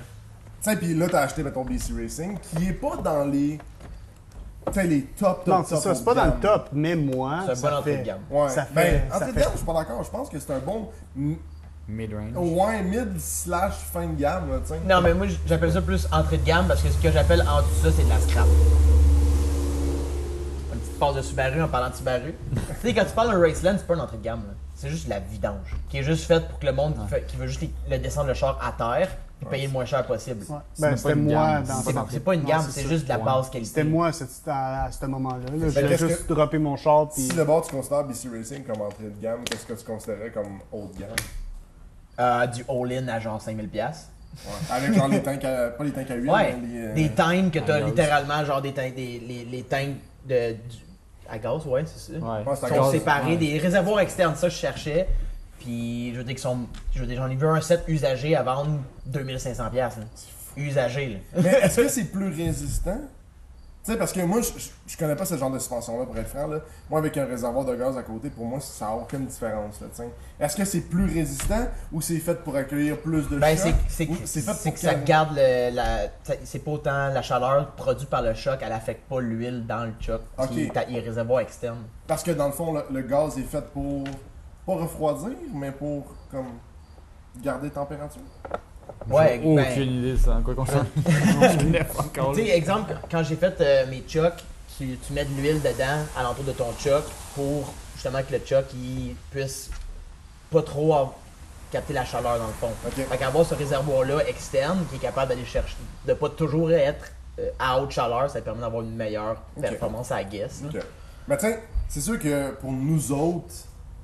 S2: tu sais, puis là, t'as acheté, mettons, BC Racing, qui est pas dans les. Tu sais, les top, top,
S3: non, c'est
S2: top
S3: ça,
S2: haut
S3: c'est
S2: de
S3: pas dans le
S2: gamme.
S3: top, mais moi,
S8: C'est un
S3: Ah, ça
S8: bon entrée
S3: fait,
S8: de gamme.
S2: Ouais.
S3: ça fait,
S2: Ben,
S3: ça
S2: entre
S3: fait-
S2: les je suis pas d'accord. Je pense que c'est un bon. mm,
S3: Oh,
S4: Mid-range.
S2: Ouais, mid slash fin de gamme, là, tu sais.
S8: Non, mais moi, j'appelle ça plus entrée de gamme parce que ce que j'appelle en dessous de ça, c'est de la scrap. Une petite passe de Subaru en parlant de Subaru. tu sais, quand tu parles de Raceland, c'est pas une entrée de gamme. là. C'est juste de la vidange qui est juste faite pour que le monde qui fait- qui veut juste les- le descendre le char à terre et payer le moins cher possible.
S3: Ouais.
S4: C'est
S3: Ben,
S4: pas
S3: c'était
S4: une
S3: moi
S4: gamme,
S3: dans
S8: C'est-
S3: ce
S8: C'est pas une
S3: Non,
S8: gamme,
S3: c'est
S8: c'est
S3: ça.
S8: juste de la
S4: Ouais.
S8: base qualité.
S3: C'était moi c'est- à, à ce moment-là. là. J'ai
S2: qu'est-ce
S3: juste
S2: que-
S3: droppé mon char. Puis...
S2: Si d'abord tu considères BC Racing comme entrée de gamme, qu'est-ce que tu considérais comme haut de gamme
S8: Euh, du all-in à genre 5000$.
S2: Ouais. Avec genre les tanks à. Pas les tanks à huile,
S8: Ouais,
S2: mais les. euh,
S8: des times que t'as
S4: à gaz.
S8: littéralement, genre des times, des, les, les times de, du- à gaz, ouais, c'est ça.
S4: Ouais.
S2: Ouais, c'est
S8: Ils
S2: à
S8: sont
S2: gaz.
S8: séparés,
S4: ouais.
S8: des réservoirs externes, ça je cherchais. Puis je veux dire qu'ils sont. Je veux dire, j'en ai vu un set usagé à vendre 2500$. là. Usagé, là.
S2: Mais est-ce que c'est plus résistant? Tu sais, parce que moi, je- je je connais pas ce genre de suspension-là, pour être franc. Là. Moi, avec un réservoir de gaz à côté, pour moi, ça n'a aucune différence. Là, tu sais. est-ce que c'est plus résistant ou c'est fait pour accueillir plus de
S8: Ben,
S2: chocs?
S8: c'est c'est que,
S2: Ou c'est fait
S8: c'est
S2: pour
S8: que ça
S2: qu'elle-
S8: garde le- la. ça- C'est pas autant la chaleur produite par le choc, elle affecte pas l'huile dans le choc.
S2: Ok.
S8: Puis t'as les réservoirs externes.
S2: Parce que dans le fond, le, le gaz est fait pour. pas refroidir, mais pour comme garder température.
S8: Ouais,
S4: Aucune
S8: ben,
S4: idée, ça. En quoi qu'on soit. Je connais pas encore.
S8: Tu sais, exemple, quand j'ai fait euh, mes chocs, tu, tu mets de l'huile dedans, à l'entour de ton choc, pour justement que le choc il puisse pas trop av- capter la chaleur dans le fond.
S2: Ok.
S8: Fait qu'avoir ce réservoir-là externe qui est capable d'aller chercher, de pas toujours être euh, à haute chaleur, ça permet d'avoir une meilleure
S2: Ok.
S8: performance à guess. là.
S2: Ok. Mais tu sais, c'est sûr que pour nous autres,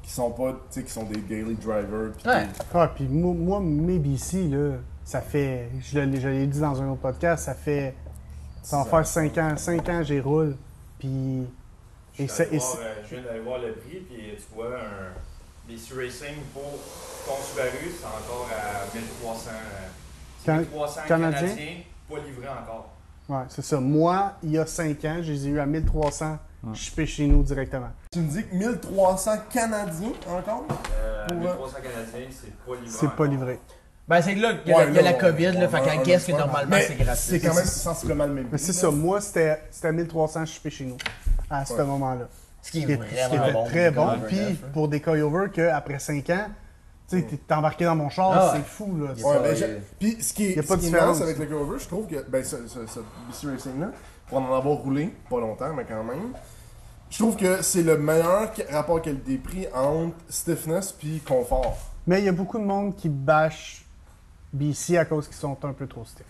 S2: qui sont pas. tu sais, qui sont des daily drivers. pis
S8: Ouais.
S2: des-
S3: Ah, puis moi, moi mes BC, là, ça fait, je l'ai je l'ai dit dans un autre podcast, ça fait, ça va
S2: Ça-
S3: faire 5 ans, 5 ans j'y roule, puis
S9: Je,
S3: Et
S9: suis allé
S3: ça- et
S9: voir,
S3: ça-
S9: euh, je viens d'aller voir le prix, puis tu vois un BC Racing pour ton Subaru, c'est encore à 1300, euh, c'est
S3: Can-
S9: 1300
S3: Canadien?
S9: canadiens, pas livré encore.
S3: ouais, c'est ça. Moi, il y a 5 ans, je les ai eu à 1300, je suis chez nous directement.
S2: Tu me dis que 1300 Canadiens encore?
S9: Euh,
S2: Ouais.
S9: 1300 canadiens, c'est pas livré.
S3: C'est pas
S9: encore.
S3: livré.
S8: Ben c'est que là qu'il y a,
S2: Ouais,
S8: il y a
S2: là,
S8: la
S2: on-
S8: COVID, là,
S2: on
S8: fait
S2: va- on
S8: qu'en guess
S2: va
S8: que
S2: faire-
S8: normalement
S2: Mais
S8: c'est gratuit.
S2: C'est quand même sensiblement le même
S3: Mais
S2: prix,
S3: c'est
S2: là.
S3: ça, moi, c'était c'était à 1300, je suis chez nous, à ce
S2: Ouais.
S3: moment-là.
S8: ce qui est
S3: Ce qui est- ce qui
S8: vraiment
S3: était
S8: bon.
S3: très bon.
S8: comme un
S3: Puis
S8: neuf, hein. là.
S3: pour des coilovers qu'après 5 ans, tu sais, t'es t'es embarqué dans mon char,
S8: Ah ouais.
S3: c'est fou, là.
S2: Ouais,
S8: Ça,
S2: ben,
S8: il-
S2: j'ai- Puis ce qui est,
S3: Y a
S2: ce
S3: pas de
S2: qui est
S3: différence.
S2: nice avec le cover, je trouve que ben, ce, ce, ce BC Racing-là, pour en avoir roulé, pas longtemps, mais quand même, Je trouve que c'est le meilleur ca- rapport qualité-prix entre stiffness puis confort.
S3: Mais il y a beaucoup de monde qui bâche BC à cause qu'ils sont un peu trop stiff.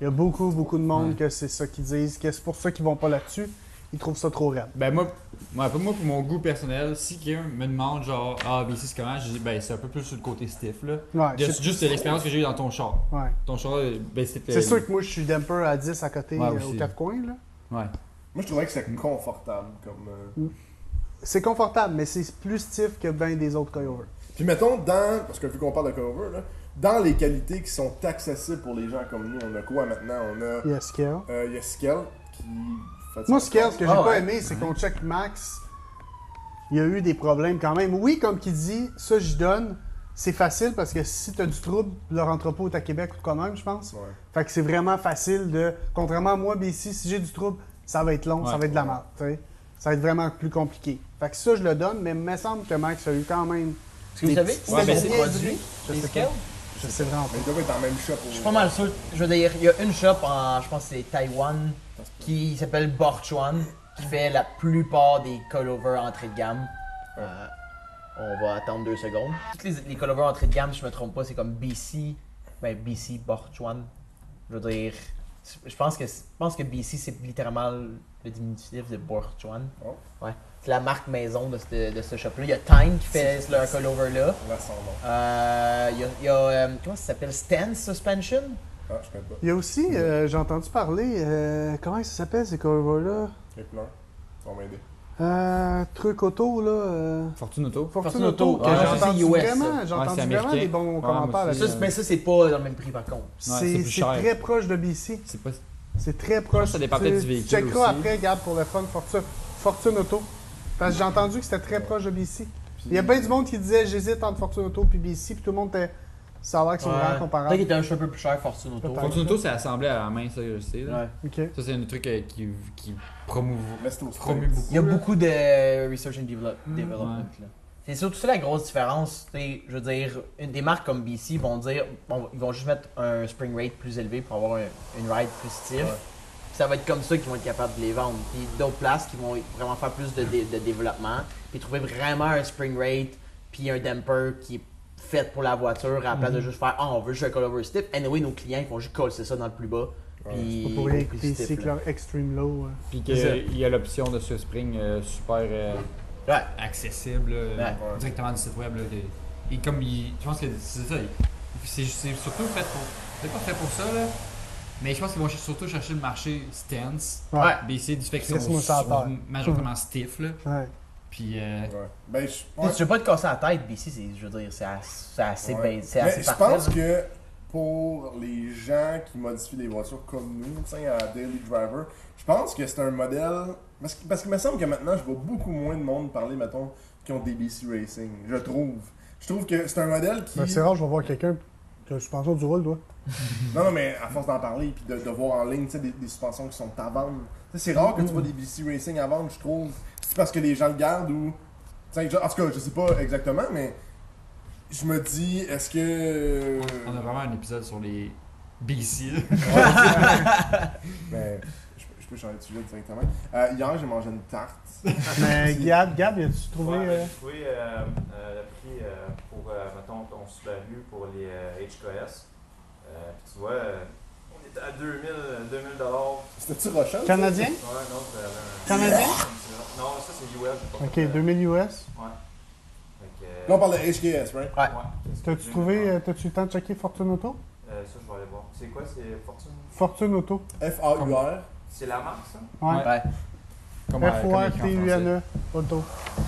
S3: Il y a beaucoup, beaucoup de monde que c'est ça qu'ils disent, que c'est pour ça qu'ils vont pas là-dessus. Ils trouvent ça trop raide.
S4: Ben moi, moi, pour moi, pour mon goût personnel, si quelqu'un me demande genre Ah BC c'est comment, je dis ben c'est un peu plus sur le côté stiff là.
S3: Ouais,
S4: De-
S3: c'est-
S4: juste de l'expérience que j'ai eu dans ton char.
S3: ouais.
S4: Ton char, euh, ben c'était.
S3: C'est sûr que moi, je suis damper à 10 à côté,
S4: Ouais,
S3: euh, aux
S4: aussi.
S3: quatre coins. Là.
S4: Ouais.
S2: Moi, je trouvais que c'était confortable comme. euh,
S3: C'est confortable, mais c'est plus stiff que bien des autres coilovers.
S2: Puis mettons dans, parce que vu qu'on parle de cover, là, dans les qualités qui sont accessibles pour les gens comme nous, on a quoi maintenant On a
S3: Il y a scale.
S2: euh, il y a Skell qui fait ça.
S3: Moi, ce qu'il y a, ce que j'ai
S8: Ah
S3: pas
S8: ouais.
S3: aimé, c'est qu'on check Max. Il y a eu des problèmes quand même. Oui, comme qu'il dit, ça, je donne. C'est facile parce que si tu as du trouble, leur entrepôt est à Québec ou de quoi même, je pense.
S2: Ouais.
S3: Fait que c'est vraiment facile de. Contrairement à moi, BC, si j'ai du trouble, ça va être long, ça va être de la merde. tu sais. Ça va être vraiment plus compliqué. Fait que ça, je le donne, mais il me semble que Max a eu quand même.
S8: Est-ce que vous
S3: des
S8: savez
S3: petits-
S8: qui c'est
S4: c'est
S8: le produit? Les
S3: sais
S8: scales?
S3: Je sais vraiment pas.
S2: Mais il doit être dans le même shop.
S8: Je suis pas mal sûr. Je veux dire, il y a une shop en, je pense que c'est Taïwan, qui s'appelle Borchuan, qui fait la plupart des collovers entrée de gamme. Euh, on va attendre deux secondes. Toutes les, les collovers entrée de gamme, si je me trompe pas, c'est comme BC, ben BC Borchuan. Je veux dire, je pense que je pense que BC c'est littéralement le diminutif de Borchuan.
S2: Oh.
S8: Ouais. C'est la marque maison de ce de ce shop-là. Il y a Time qui fait leur collover là.
S2: Là, sans nom.
S8: Euh, Il y a, il y a, euh, comment ça s'appelle Stance Suspension.
S2: Ah, je connais pas.
S3: Il y a aussi, euh, j'ai entendu parler, euh, comment ça s'appelle ces coilovers-là
S2: Les plans. Ça va m'aider.
S3: Euh, Truc auto, là. euh,
S4: Fortune Auto.
S3: Fortune
S8: Fortune
S3: Auto,
S8: Auto, Ah,
S3: que
S4: ouais,
S3: j'ai
S4: c'est
S3: entendu
S8: US,
S3: vraiment, j'ai
S4: Ouais,
S3: entendu
S4: c'est
S3: vraiment
S4: américain.
S3: des bons
S4: Ouais,
S3: commentaires
S4: moi aussi,
S8: Ça,
S3: là-dessus.
S8: c'est- mais ça, c'est pas dans le même prix par contre.
S4: Ouais, c'est
S3: C'est
S4: plus
S3: c'est
S4: cher.
S3: très proche de BC.
S4: C'est pas.
S3: C'est très proche.
S4: Ça dépend
S3: Tu-
S4: peut-être du
S3: tu
S4: véhicule
S3: checkeras
S4: aussi.
S3: après, regarde, pour le fun, Fortune, Fortune Auto. Parce que j'ai entendu que c'était très proche de BC. Il y a bien du monde qui disait j'hésite entre Fortune Auto puis BC, puis tout le monde était. Ça a l'air qu'ils sont vraiment
S8: Peut-être qu'il
S3: comparables.
S8: était un peu plus cher, Fortune Auto.
S3: Peut-être.
S4: Fortune Auto, c'est assemblé à la main, ça, je sais. Là.
S8: Ouais.
S3: Ok.
S4: Ça, c'est un truc euh, qui, qui promouve.
S2: Mais c'est au
S4: Promue
S2: States.
S4: beaucoup.
S8: Il y a beaucoup de research and develop- development.
S4: ouais.
S8: là. C'est surtout ça la grosse différence. tu sais, Je veux dire, une- des marques comme BC vont dire bon, ils vont juste mettre un spring rate plus élevé pour avoir un- une ride plus stiff. Puis Ça va être comme ça qu'ils vont être capables de les vendre. Puis d'autres places qui vont vraiment faire plus de, dé- de développement, puis trouver vraiment un spring rate, puis un damper qui est fait pour la voiture, à la place de juste faire Ah, on veut juste un color stiff. Anyway, nos clients ils vont juste coller ça dans le plus bas. Puis
S3: Pas pour rien
S8: au
S3: que
S8: plus
S3: BC,
S8: stiff,
S3: que
S8: là.
S3: leur Extreme Low. euh,
S4: Puis
S8: C'est ça.
S4: qu'il y a l'option de ce spring euh, super euh,
S8: Ouais.
S4: accessible là,
S8: Ouais.
S4: directement du site web. là, que- et comme il- je pense que c'est ça, il- c'est c'est surtout fait pour. C'est pas fait pour ça, là. Mais je pense qu'ils vont ch- surtout chercher le marché stance,
S3: Ouais.
S4: baisser du fait qu'ils
S3: Qu'est-ce
S4: sont
S3: qu'on s'en parle?
S4: sont majoritairement stiff, là.
S3: Ouais.
S4: Puis. euh,
S2: Ouais. Ben, je
S8: Tu tu veux pas te casser la tête, BC, c'est, je veux dire, c'est assez, c'est assez,
S2: Ouais.
S8: ben- c'est
S2: Mais
S8: assez
S2: je
S8: parfait.
S2: pense que pour les gens qui modifient des voitures comme nous, tu sais, à Daily Driver, je pense que c'est un modèle. Parce que, parce qu'il me semble que maintenant, je vois beaucoup moins de monde parler, mettons, qui ont des BC Racing. Je trouve. Je trouve que c'est un modèle qui.
S3: Ben, c'est rare, je vais voir quelqu'un que la suspension du rôle, toi.
S2: Non, non, mais à force d'en parler puis de, de voir en ligne tu sais, des, des suspensions qui sont à vendre. Tu sais, C'est rare que tu vois des BC Racing à vendre, je trouve. C'est parce que les gens le gardent ou. tu sais, je- En tout cas, je sais pas exactement, mais je me dis, est-ce que.
S4: On a vraiment un épisode sur les BC.
S2: Mais Ben, je, je peux changer de sujet directement. Euh, hier, j'ai mangé une tarte.
S3: Mais
S2: Si.
S3: Gab, Gab, as-tu trouvé.
S9: Ouais,
S3: euh,
S9: ben, j'ai trouvé euh, euh, le prix euh, pour, euh, mettons, ton Subaru pour les euh, HKS. Euh, puis tu vois, euh, on est à 2000, euh, 2000 dollars.
S2: C'était-tu Rochelle? ça?
S3: Canadien
S9: Ouais, non, c'est un-
S3: Canadien?
S9: Non, ça c'est US. j'ai pas
S3: Ok,
S9: fait, euh,
S3: 2000 US.
S9: fait que, euh,
S2: Là, on parle de HKS, right?
S9: ouais.
S3: T'as-tu trouvé, euh, t'as-tu le temps de checker Fortune Auto
S9: Euh, ça, je vais aller voir. C'est quoi, c'est Fortune?
S3: Fortune Auto.
S2: F-A-U-R.
S9: C'est la marque, ça?
S3: Ouais.
S8: Ouais.
S4: Comme, euh, comme écrit en français.
S3: F-O-R-T-U-N-E E Auto. Ah,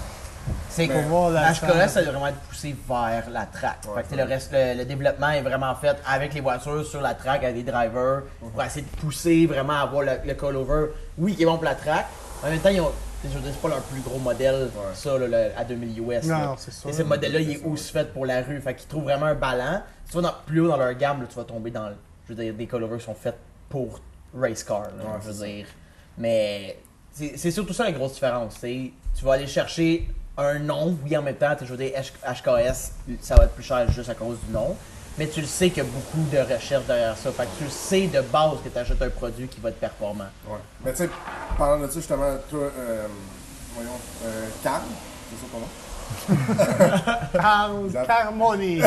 S8: C'est
S3: Pour voir la.
S8: HKS, ça doit vraiment être poussé vers la track. Fait que, tu sais, le, reste, le, le développement est vraiment fait avec les voitures sur la track, avec des drivers, pour essayer de pousser vraiment à avoir le, le call-over. Oui, qui est bon pour la track. En même temps, ils ont, je veux dire, c'est pas leur plus gros modèle, ça, là, le- à 2000 US. là.
S3: Non, non, c'est sûr.
S8: Et ce modèle-là, il est aussi fait pour la rue. Fait qu'ils trouvent vraiment un ballon. Si tu vas dans- plus haut dans leur gamme, là, tu vas tomber dans je veux dire, des colorways qui sont faits pour race car, là, je veux dire. Mais c'est c'est surtout ça la grosse différence. c'est Tu vas aller chercher un nom, oui, en même temps, tu sais, je veux dire, H- HKS, ça va être plus cher juste à cause du nom. Mais tu le sais qu'il y a beaucoup de recherches derrière ça. Fait que tu le sais de base que tu achètes un produit qui va être performant.
S2: Ouais. Mais tu sais, parlant de ça, justement, toi, euh, voyons, euh, Carl, c'est ça qu'on a.
S3: Carl Carmoni.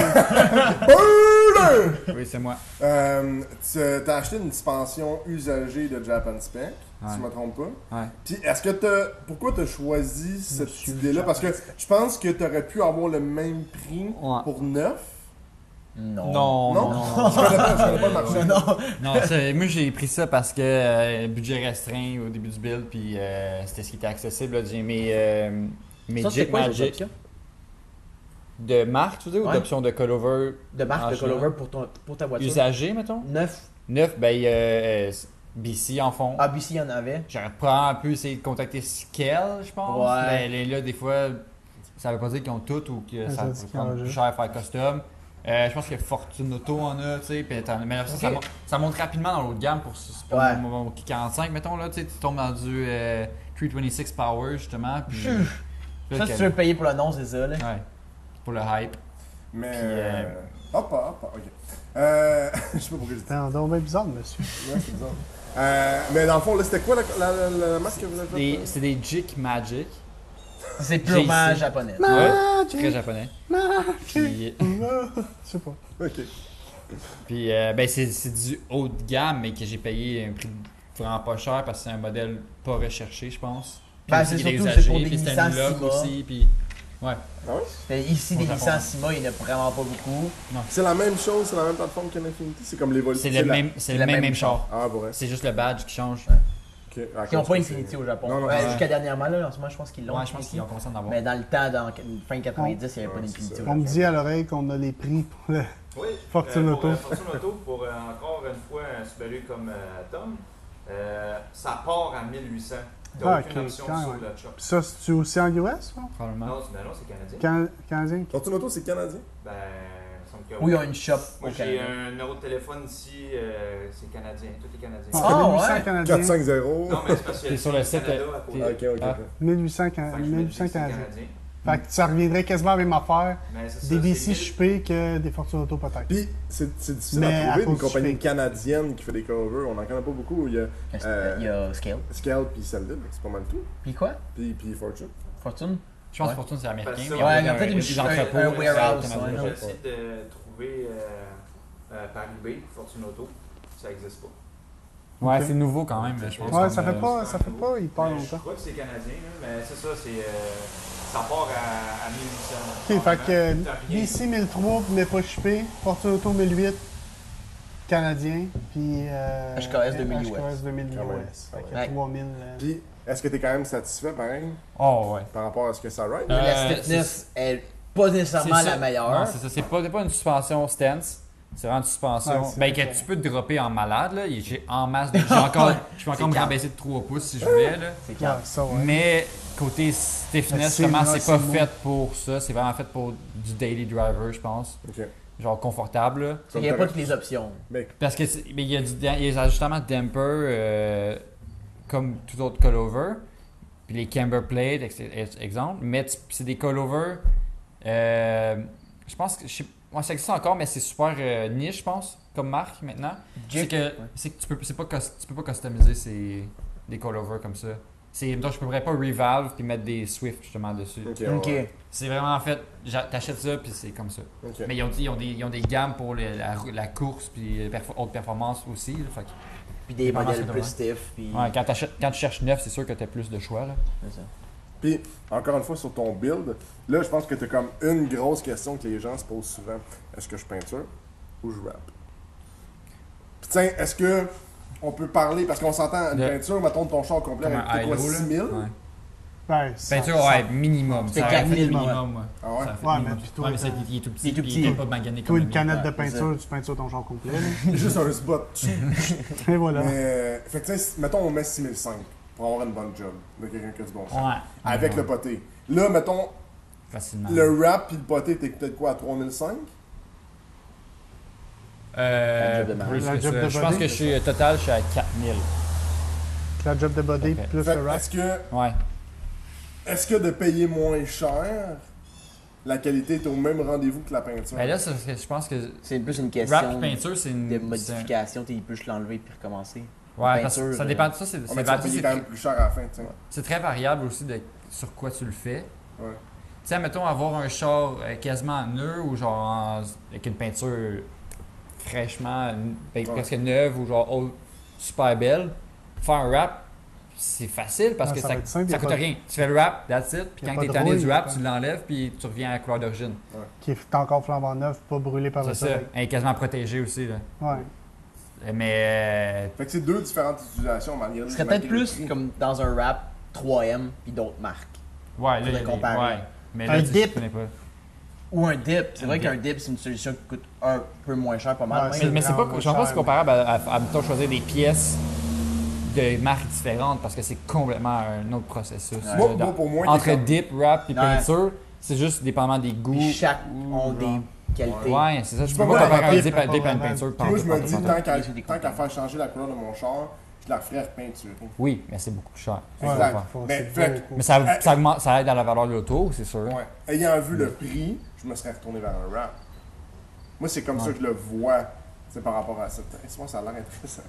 S4: Oui, c'est moi.
S2: Euh, tu as acheté une expansion usagée de Japan Spec, si je me trompe pas.
S4: Ouais.
S2: Puis est-ce que t'as. Pourquoi t'as choisi cette
S3: Monsieur
S2: idée-là? Parce que je pense que t'aurais pu avoir le même prix
S4: Ouais.
S2: pour neuf.
S6: Non.
S4: Non,
S2: Non?
S4: non, non.
S2: Je connais pas, je connais pas le marché.
S4: Non, ça, moi j'ai pris ça parce que euh, budget restreint au début du build, puis euh, c'était ce qui était accessible. là. J'ai mes, euh, mes
S6: Ça, c'est
S4: Jig
S6: quoi les
S4: Magic
S6: options?
S4: de marque, tu veux dire, ou
S6: Ouais.
S4: d'option de collover
S8: De marque de
S4: Franchement.
S8: Colover pour, ton, pour ta voiture.
S4: usagé, mettons
S8: 9.
S4: 9, ben il y a, euh, BC en fond.
S8: Ah, BC, il y en avait.
S4: J'aurais probablement pu essayer de contacter Skell, je pense.
S8: Ouais.
S4: Mais elle est là, des fois, ça veut pas dire qu'ils ont tout ou que
S3: Ah,
S4: ça
S3: ça,
S4: va
S3: c'est
S4: prendre
S3: carré.
S4: plus cher à faire custom. Euh, je pense que Fortune Auto en a, tu sais. puis t'en- Mais là, ça, ça,
S8: Ok.
S4: monte, ça monte rapidement dans l'autre gamme pour, ce- pour
S8: Ouais.
S4: mon, mon- mon 45, mettons. là, Tu sais, tu tombes dans du euh, 326 Power, justement. Puis,
S8: Pfff.
S4: Fait
S8: Hum. Ça,
S4: que-
S8: si tu veux payer pour le nom, c'est ça, là.
S4: Ouais. Pour le hype.
S2: Mais.
S4: Puis,
S2: euh,
S4: euh,
S2: Hop, hop, hop, ok. Euh, je sais pas pourquoi j'ai dit
S3: C'est un don bien bizarre, monsieur.
S2: ça, c'est bizarre. Euh, mais dans le fond, là, c'était quoi la, la, la, la masque que vous avez faite?
S4: Des- C'est des Jik Magic.
S8: C'est purement
S4: JC.
S8: japonais.
S4: Ouais, très japonais. Puis,
S3: Je sais pas.
S2: Ok.
S4: Puis euh, ben c'est, c'est du haut de gamme, mais que j'ai payé un prix vraiment pas cher parce que c'est un modèle pas recherché, je pense. Puis
S8: Ben,
S4: aussi,
S8: c'est
S4: il est
S8: surtout,
S4: usagé,
S8: c'est pour des
S4: puis c'était
S8: Nissan
S4: une lock
S8: Sima.
S4: aussi, puis
S2: Ah
S8: Mais Ici, des
S4: Au Japon.
S8: Nissan Sima, il n'y en a vraiment pas beaucoup.
S2: C'est la même chose, c'est la même plateforme qu'Infinity, c'est comme l'évolution.
S4: c'est, le
S2: la-
S4: même, c'est, le même, même char.
S2: Ah, pour vrai.
S4: C'est juste le badge qui change.
S2: Ok. Ah,
S8: Ils n'ont pas
S2: c'est-
S8: Infinity au Japon.
S2: Non, non,
S8: Ouais,
S2: ouais.
S8: Jusqu'à dernièrement, là, en ce moment, je pense qu'ils l'ont.
S4: Ouais, je pense qu'ils ont conscience d'en avoir.
S8: Mais dans le temps, dans fin 90, il n'y avait
S2: Ouais,
S8: pas
S2: c'est
S8: d'Infinity
S2: ça.
S8: au
S3: On me
S8: Japon.
S3: dit à l'oreille qu'on a les prix pour le.
S9: Oui,
S3: Fortune
S9: euh, pour,
S3: Auto.
S9: euh, Fortune Auto, pour euh, encore une fois un Subaru comme euh, Tom, euh, ça part à 1800. Il n'y a
S3: Ah,
S9: aucune
S3: ok,
S9: option
S3: quand
S9: sur
S3: même.
S9: le chop.
S3: Puis ça, c'est-tu aussi en US, ça?
S4: Probablement.
S9: Non, c'est- ben non, c'est canadien.
S3: Can- Canadien?
S2: Fortune Auto, c'est canadien.
S9: Ben, il me semble que
S8: Oui, ils ont une shop au
S9: Moi, j'ai
S8: Canada.
S9: un numéro de téléphone ici, euh, c'est canadien, tout est canadien.
S3: Ah,
S8: Ah,
S3: 1800
S8: ouais.
S3: Canadiens.
S2: 450.
S9: Non, mais c'est parce que
S4: T'es sur le site,
S9: Canada
S4: euh,
S9: à côté.
S2: Ok, ok, ok.
S4: Ah.
S3: 1800, can-
S9: Fait que je me dis que
S3: 1800
S9: c'est
S3: Canadiens. Fait que ça reviendrait quasiment à la même affaire.
S9: Mais c'est ça,
S3: Des BC
S9: c'est 1000
S3: chupés que des fortunes auto peut-être.
S2: Puis, c'est c'est difficile
S3: Mais
S2: à
S3: à
S2: trouver
S3: cause
S2: une
S3: du
S2: compagnie
S3: fait.
S2: canadienne qui fait des covers. On n'en connaît pas beaucoup. Il y a Euh,
S8: Il y a Scale.
S2: Scale puis Celle-là, c'est pas mal tout.
S8: Puis quoi
S2: Puis, puis Fortune.
S8: Fortune
S4: Je pense
S8: Ouais.
S4: que Fortune c'est américain.
S9: Parce
S4: mais
S9: que-
S4: y a
S9: Ouais,
S8: il y a peut-être une-
S4: des
S8: un-
S4: entrepôts,
S8: un
S4: euh,
S8: warehouse,
S4: canadiens.
S8: ouais.
S9: J'essaie de trouver euh, euh, Paris B, Fortune Auto, ça n'existe pas.
S4: Ouais,
S3: Ok.
S4: c'est nouveau quand même, je pense.
S3: Ouais,
S4: qu'on
S3: ça
S4: a-
S3: fait pas, ça fait pas hyper
S9: euh, Mais Je
S3: longtemps.
S9: crois que c'est canadien, là, mais c'est ça, c'est euh, ça part à, à 1800.
S3: Ok, fait que
S9: T'as rien.
S3: BC 1003 mais pas chupé, Fortune Auto 1008 Canadien, puis euh,
S8: HKS 2000 US.
S3: HKS 2000
S4: Ah
S2: Quand même.
S3: US. Fait que
S8: Ouais.
S3: 3000. euh,
S2: Puis, est-ce que t'es quand même satisfait, pareil,
S4: Oh, ouais.
S2: par rapport à ce que ça ride?
S4: Euh,
S8: la stiffness est pas nécessairement
S4: C'est ça.
S8: la meilleure.
S4: Non, c'est ça. C'est pas, c'est pas une suspension stance. C'est vraiment une suspension.
S3: Ouais, c'est
S4: ben,
S3: vrai.
S4: que tu peux te dropper en malade, là. J'ai en masse de. J'ai encore, je peux encore me
S8: calme.
S4: rabaisser de 3 pouces si je voulais, là.
S8: C'est
S3: ouais,
S8: calme.
S3: ça, ouais.
S4: Mais côté
S3: Mais
S4: stiffness,
S3: c'est
S4: justement,
S3: vrai,
S4: c'est pas
S3: c'est
S4: fait pour ça. C'est vraiment fait pour du daily driver, je pense.
S2: Ok.
S4: Genre confortable. là.
S8: Il n'y a pas toutes les options.
S4: Parce que c'est- mais il y a du da- il y a des ajustements de damper euh, comme tout autre collover. Puis les camber plates, ex- ex- exemple. Mais tu- c'est des collovers. euh, je pense que. je sais- ouais, ça existe encore, mais c'est super euh, niche, je pense, comme marque maintenant. C'est
S8: Jake-
S4: que, c'est que tu peux, c'est pas cus- tu peux pas customiser ces, des collovers comme ça. C'est, donc je pourrais pas revalve puis mettre des Swift justement dessus.
S2: Ok.
S8: Ok.
S2: ouais.
S4: C'est vraiment en fait, j'a- t'achètes ça puis c'est comme ça.
S2: Ok.
S4: Mais ils ont, dit- ils ont des, ils ont des gammes pour les- la, la course puis les perf- haute performance aussi. là, fait que-
S8: Puis des
S4: Dépendant
S8: modèles
S4: sur
S8: plus
S4: le
S8: stiff. Puis...
S4: ouais, quand, t'achètes- quand tu cherches neuf, c'est sûr que t'as plus de choix. Là.
S8: C'est ça.
S2: Puis, encore une fois, sur ton build, là, je pense que t'as comme une grosse question que les gens se posent souvent. Est-ce que je peinture ou je rap? Puis, tiens, est-ce que on peut parler, parce qu'on s'entend, une
S4: De-
S2: peinture, mettons, de ton char complet,
S4: Comme
S2: avec
S4: un
S2: quoi,
S4: high-low, là.
S2: 6000?
S4: Ouais.
S3: Ouais, ça-
S4: Peinture,
S3: ça-
S4: Ben, ouais, minimum.
S8: C'est
S4: Ça aurait
S8: 4
S4: fait
S8: 000,
S4: minimum. ouais.
S2: Ah ouais?
S4: Ça aurait fait
S3: Ouais, mais
S4: minimum.
S3: puis toi,
S4: Ouais, mais ça, il, il est tout petit.
S8: il est tout
S4: puis
S8: petit.
S4: est pas magané
S3: Toi,
S4: comme
S3: une
S4: le
S3: canette de
S4: mien.
S3: peinture, tu peintures ton genre complet. là.
S2: Juste un spot.
S3: Et voilà.
S2: Mais, fait que, tu sais, mettons, on met 6005 pour avoir une bonne job de quelqu'un qui a du bon sens.
S4: Ouais.
S2: Avec
S4: Ouais.
S2: le poté. Là, mettons,
S4: Facilement.
S2: le rap puis le poté, t'es peut-être quoi, à 3005?
S4: Euh,
S1: La job de
S4: plus
S3: La
S4: que
S3: job
S4: ça.
S3: de
S4: Je
S3: body.
S4: pense que je suis total, je suis à 4000.
S3: La job de body
S4: Parfait.
S3: plus
S2: Fait
S3: le
S2: que,
S3: rack.
S2: est-ce que,
S4: Ouais.
S2: est-ce que de payer moins cher, la qualité est au même rendez-vous que la peinture?
S4: Ben là, ça, je pense que
S8: C'est plus une
S4: rap
S8: question
S4: peinture, c'est
S8: de
S4: une. c'est un-
S8: modification. tu sais, Il peut se l'enlever puis recommencer.
S4: Ouais,
S8: Une
S4: parce que
S8: peinture,
S4: ça
S8: euh,
S4: dépend de ça. C'est
S2: On
S4: c'est
S2: va
S4: varié,
S2: payer
S4: c'est
S2: quand
S4: très,
S2: même plus cher à la fin, tu sais.
S4: c'est très variable aussi de sur quoi tu le fais.
S2: Ouais.
S4: Tu sais, mettons avoir un char euh, quasiment en nœud ou genre en- avec une peinture fraîchement, n- ben,
S2: Ouais.
S4: presque neuve ou genre oh, super belle. Faire un rap, c'est facile parce
S3: Ah,
S4: que
S3: ça
S4: ça,
S3: va être simple, y a
S4: ça coûte
S3: pas de-
S4: rien. Tu fais le rap, that's it. Puis
S3: Y a
S4: quand
S3: pas
S4: t'es
S3: de Ah,
S4: tanné
S3: rouille,
S4: du rap,
S3: quoi.
S4: tu l'enlèves puis tu reviens à la couleur d'origine.
S3: qui est encore flambant neuf, pas brûlé par le
S4: C'est ça.
S3: soleil.
S4: Elle est quasiment protégée aussi. Là. Euh,
S3: Ouais.
S4: Mais
S2: Fait que c'est deux différentes utilisations, malgré
S8: Ce serait
S2: malgré
S8: peut-être
S2: le
S8: plus
S2: prix.
S8: comme dans un rap 3M puis d'autres marques.
S4: euh, ouais, là,
S8: Faudrait
S4: il y a des-
S8: comparer.
S4: ouais. Mais
S8: Un
S4: là, tu- je
S8: dip.
S4: connais pas.
S8: Ou un dip. C'est
S4: Un
S8: vrai
S4: dip.
S8: qu'un dip, c'est une solution qui coûte un peu moins cher, pas mal.
S3: Ouais,
S4: Mais, mais c'est pas,
S3: vraiment
S4: je pense pas que
S3: cher,
S4: c'est comparable à, à, à, mettons, choisir des pièces de marques différentes parce que c'est complètement un autre processus. là,
S8: euh,
S2: Moi,
S4: dans-
S2: moi, pour moi, il est
S4: entre
S2: comme-
S4: dip, rap et
S8: Ouais.
S4: peinture, c'est juste dépendamment des goûts.
S8: Puis chaque
S4: ou
S8: ont
S4: genre-
S8: des qualités.
S4: Ouais, c'est ça. Je
S2: pas
S4: peux pas
S2: vraiment
S4: comparer un
S3: dip,
S4: dip
S3: pas
S4: à dip à une
S3: vraiment.
S4: peinture.
S2: Puis moi, je me
S4: pantoute,
S2: dis,
S4: pantoute.
S2: tant qu'à
S8: C'est des
S2: tant qu'à faire changer la couleur de mon char, je la ferais repeinturer.
S4: Oui, mais c'est beaucoup plus cher.
S2: Ouais.
S4: C'est
S2: Exact.
S4: pas
S3: Faut-
S2: Mais
S3: c'est
S2: fait-
S3: vrai, quoi.
S4: Mais ça, ça, augmente, ça aide à la valeur de l'auto, c'est sûr.
S2: Ouais. Ayant vu le prix, je me serais retourné vers un rap. Moi, c'est comme ça que je le vois. C'est par rapport à ça. Est-ce que ça a l'air intéressant?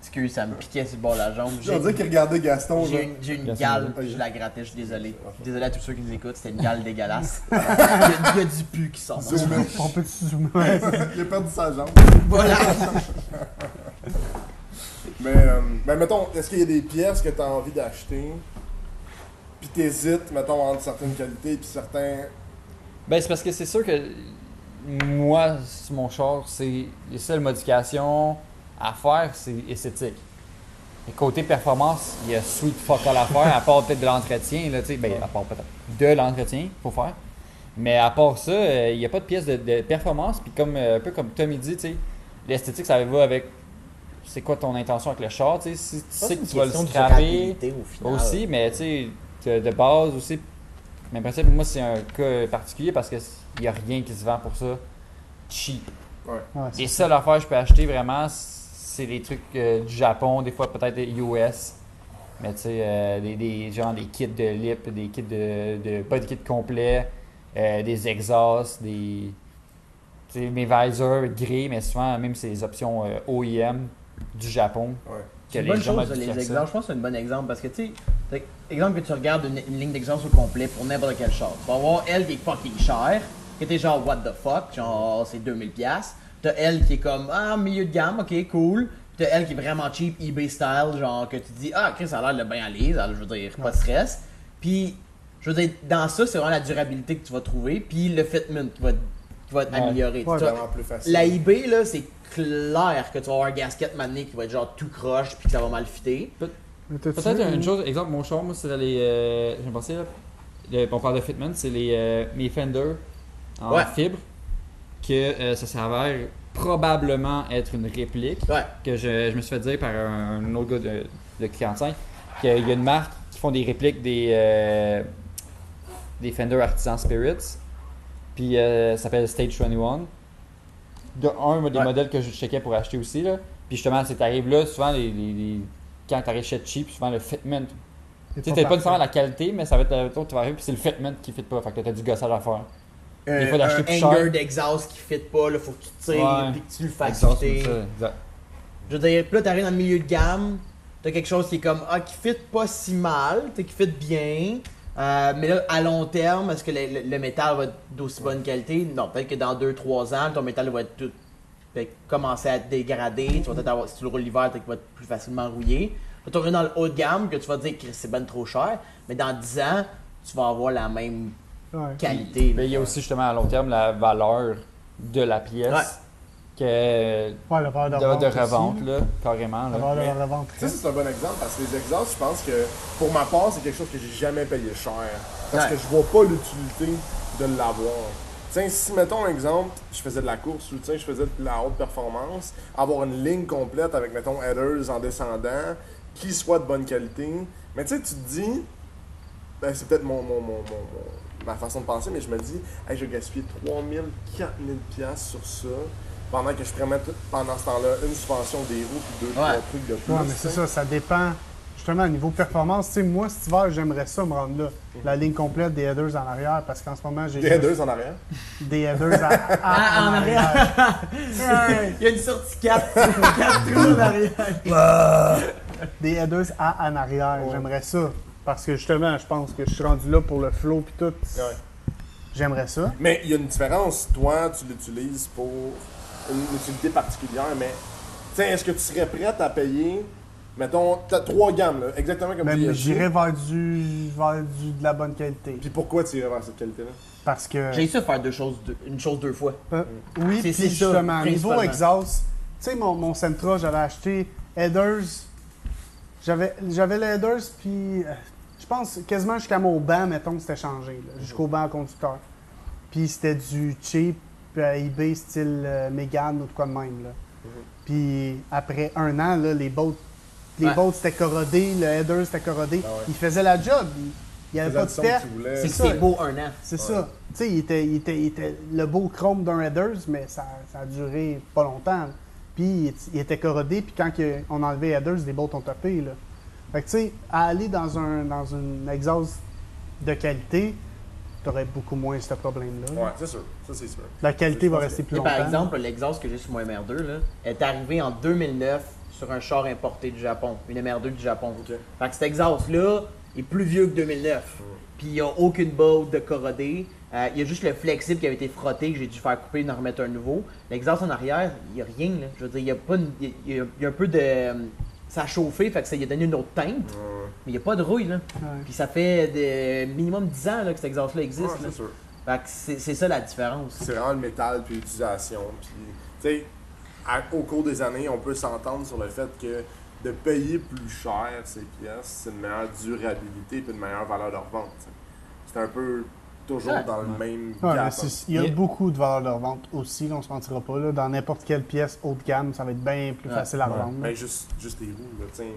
S8: Excuse, ça me piquait sur le bord de la jambe.
S2: J'ai
S8: J'ai
S2: dit qu'il regardait Gaston.
S8: j'ai
S2: Là.
S8: une, j'ai une
S4: Gaston,
S8: gale,
S2: vas-y.
S8: je la grattais, je suis désolé. Je suis Désolé à tous ceux qui nous écoutent, c'était une gale dégueulasse. il, y a, il y a du pu qui sort.
S2: Zoom in.
S3: On peut zoomer.
S2: Il a perdu sa jambe.
S8: Voilà.
S2: Mais, euh, ben, mettons, est-ce qu'il y a des pièces que tu as envie d'acheter? Puis t'hésites, mettons, entre certaines qualités puis certains.
S4: Ben, c'est parce que c'est sûr que moi, sur mon char, c'est les seules modifications à faire, c'est esthétique. Et côté performance, il y a sweet fuck all à faire, à part peut-être de l'entretien, là, tu sais, ben, à part peut-être de l'entretien, faut faire. Mais à part ça, euh, il n'y a pas de pièce de, de performance, puis comme, euh, un peu comme Tommy dit, tu sais, l'esthétique, ça va avec c'est quoi ton intention avec le char, tu sais, si tu sais que tu vas le scraper, aussi, mais tu sais, de- de base aussi. Mais en principe, moi, c'est un cas particulier parce qu'il n'y a rien qui se vend pour ça cheap.
S3: Ouais, c'est-
S4: Les seules affaires que je peux acheter vraiment, c'est des trucs euh, du Japon, des fois peut-être US. Mais tu sais, euh, des, des- genre des kits de lip, des kits de, de body kit complet, euh, des exhausts, des. tu sais, mes visors gris, mais souvent, même c'est les options euh, OEM du Japon.
S2: Ouais.
S4: que
S8: C'est une
S4: les
S8: bonne
S4: gens
S8: chose,
S4: modifient
S8: les
S4: ça.
S8: exemples. Je pense que c'est un bon exemple parce que, tu sais, fait que, exemple que tu regardes une, une ligne d'exemple au complet pour n'importe quel char. Tu vas avoir elle qui est fucking chère, qui était genre what the fuck, genre c'est 2000$. piastres. T'as elle qui est comme ah, milieu de gamme, ok, cool. T'as elle qui est vraiment cheap, eBay style, genre que tu dis ah, Chris, ça a l'air de bien aller, ça a l'air- je veux dire, pas de stress. Puis, je veux dire, dans ça, c'est vraiment la durabilité que tu vas trouver, puis le fitment qui va, qui va être
S4: Ouais.
S8: amélioré.
S3: Ouais,
S8: Tu-
S2: Vraiment plus facile.
S8: la IB, là, c'est clair que tu vas avoir un gasket mané qui va être genre tout croche puis que ça va mal fitter.
S3: Mais t'as-tu
S4: Peut-être
S3: vu-
S4: une chose, exemple, mon char, moi, c'est les. Euh, J'ai pensé, là. le- on parle de fitment, c'est les, euh, mes Fender en
S8: Ouais.
S4: fibre, que euh, ça s'avère probablement être une réplique.
S8: Ouais.
S4: Que je, je me suis fait dire par un, un autre gars de, de 45 qu'il y a une marque qui font des répliques des, euh, des Fender Artisan Spirits. Puis euh, ça s'appelle Stage 21. De un des
S8: Ouais.
S4: modèles que je checkais pour acheter aussi. Là. Puis justement, c'est t'arrives là, souvent, les, les- les- quand t'arrives chez cheap, souvent le fitment. Tu sais, t'as pas nécessairement la qualité, mais ça va être la tu vas arriver, puis c'est le fitment qui fit pas. Fait que t'as du gossage à faire. Des fois,
S8: un
S4: d'acheter plus
S8: un
S4: cher.
S8: hanger d'exhaust qui fit pas, là, faut que tu tires
S4: Ouais.
S8: puis que tu le fasses
S4: Exact,
S8: fitter.
S4: c'est ça, exact.
S8: Je veux dire, puis là, t'arrives dans le milieu de gamme, t'as quelque chose qui est comme, ah, qui fit pas si mal, t'sais, qui fit bien. Euh, mais là, à long terme, est-ce que le, le- le métal va être d'aussi bonne qualité? Non, peut-être que dans 2-3 ans, ton métal va être tout. fait que commencer à te dégrader. Tu vas peut-être avoir, si tu le roules l'hiver, peut-être qu'il va être plus facilement rouillé. Tu vas dans le haut de gamme que tu vas te dire que c'est ben trop cher. Mais dans 10 ans, tu vas avoir la même
S3: Ouais.
S8: qualité.
S4: Mais il y a aussi justement à long terme la valeur de la pièce. Que
S3: Ouais, la valeur
S4: de,
S3: de,
S4: de
S3: revente
S4: revente,
S3: aussi.
S4: là, carrément.
S3: La
S4: Là.
S3: valeur
S2: Mais-
S3: de revente.
S2: Ça, c'est un bon exemple parce que les exhausts, je pense que pour ma part, c'est quelque chose que j'ai jamais payé cher. Parce
S8: Ouais.
S2: que je vois pas l'utilité de l'avoir. Tiens, si mettons un exemple, je faisais de la course ou tiens, je faisais de la haute performance, avoir une ligne complète avec mettons headers en descendant, qui soit de bonne qualité. Mais tu sais, tu te dis, ben, c'est peut-être mon, mon- mon- mon- mon- ma façon de penser, mais je me dis, hey, je vais gaspiller 3000, 4000 pièces sur ça. Pendant que je pourrais mettre pendant ce temps-là une suspension des roues puis deux
S8: Ouais.
S2: trois trucs de plus.
S3: Ouais, mais c'est
S2: tu sais.
S3: ça, ça dépend. Je justement, au niveau performance, tu sais, moi, cet hiver, j'aimerais ça me rendre là. La ligne complète des headers en arrière, parce qu'en ce moment, j'ai
S2: Des
S3: juste
S2: headers en arrière.
S3: des headers en, en- en arrière.
S8: Il y a une sortie 4, 4 trous derrière.
S3: Des headers à, en arrière, j'aimerais ça. Parce que justement, je pense que je suis rendu là pour le flow puis tout. J'aimerais ça.
S2: Mais il y a une différence. Toi, tu l'utilises pour une utilité particulière, mais tiens, est-ce que tu serais prête à payer, mettons, t'as trois gammes, là, exactement comme
S3: Mais
S2: tu
S3: Ben, j'irais vers du, vers du de la bonne qualité.
S2: Puis pourquoi tu irais vers cette qualité-là?
S3: Parce que.
S8: J'ai ça faire deux choses, deux- une chose deux fois.
S3: Euh, oui,
S8: C'est-
S3: puis
S8: c'est ça,
S3: justement, niveau
S8: principalement.
S3: exhaust, tu sais, mon, mon Sentra, j'avais acheté Headers. J'avais j'avais le Headers, puis euh, je pense quasiment jusqu'à mon banc, mettons, c'était changé, là, jusqu'au banc à conducteur. Puis c'était du cheap euh, eBay style euh, Mégane ou de quoi de même. Là.
S8: Mhm.
S3: Puis après un an, là, les boats, les
S8: Ouais. Ah
S3: boats c'était corrodé, le Headers c'était corrodé. Il faisait la job, il- il n'y avait Ben, pas de
S2: Faisais le son que
S3: perte.
S2: tu voulais.
S8: C'est que
S3: ça.
S8: c'est beau un an.
S3: C'est ça. Tu sais, il était, il était- il était le beau chrome d'un Headers, mais ça, ça a duré pas longtemps. Puis il, est- il était corrodé, puis quand que- on a enlevé Headers, les bolts ont topé. Là. Fait que tu sais, à aller dans un dans une exhaust de qualité, t'aurais beaucoup moins ce problème-là.
S2: Ouais, c'est sûr. Ça, c'est sûr.
S3: La qualité va
S2: Je pense
S3: rester plus
S8: Et
S3: longtemps.
S8: par exemple, l'exhaust que j'ai sur mon MR2 là, est arrivé en 2009 sur un char importé du Japon, une MR2 du Japon. Fait que cet exhaust-là est plus vieux que 2009. Puis il n'y a aucune botte de corrodé. Euh, il y a juste le flexible qui avait été frotté que j'ai dû faire couper et en remettre un nouveau. L'exhaust en arrière, il n'y a rien. là. Je veux dire, il y a, pas une- il y a- il y a un peu de. euh, Ça a chauffé, fait que ça lui a donné une autre teinte. Mais il n'y a pas de rouille. Là.
S3: Ouais.
S8: Puis ça fait de, minimum 10 ans là, que cet exhaust-là
S2: Ouais,
S8: existe. là.
S2: c'est sûr.
S8: Fait que c'est c'est ça la différence.
S2: C'est vraiment le métal puis l'utilisation. Puis, tu sais, à- au cours des années, on peut s'entendre sur le fait que de payer plus cher ces pièces, c'est une meilleure durabilité puis une meilleure valeur de revente. tu sais. C'est un peu toujours
S8: Ouais.
S2: dans le même
S3: Ouais,
S2: gap.
S3: mais c'est- il y a
S4: Yeah.
S3: beaucoup de valeur de revente aussi, là, on se mentira pas. Là. Dans n'importe quelle pièce haut de gamme, ça va être bien plus
S8: Ouais.
S3: facile à revendre.
S2: Ben, juste, juste les roues, là, tu sais.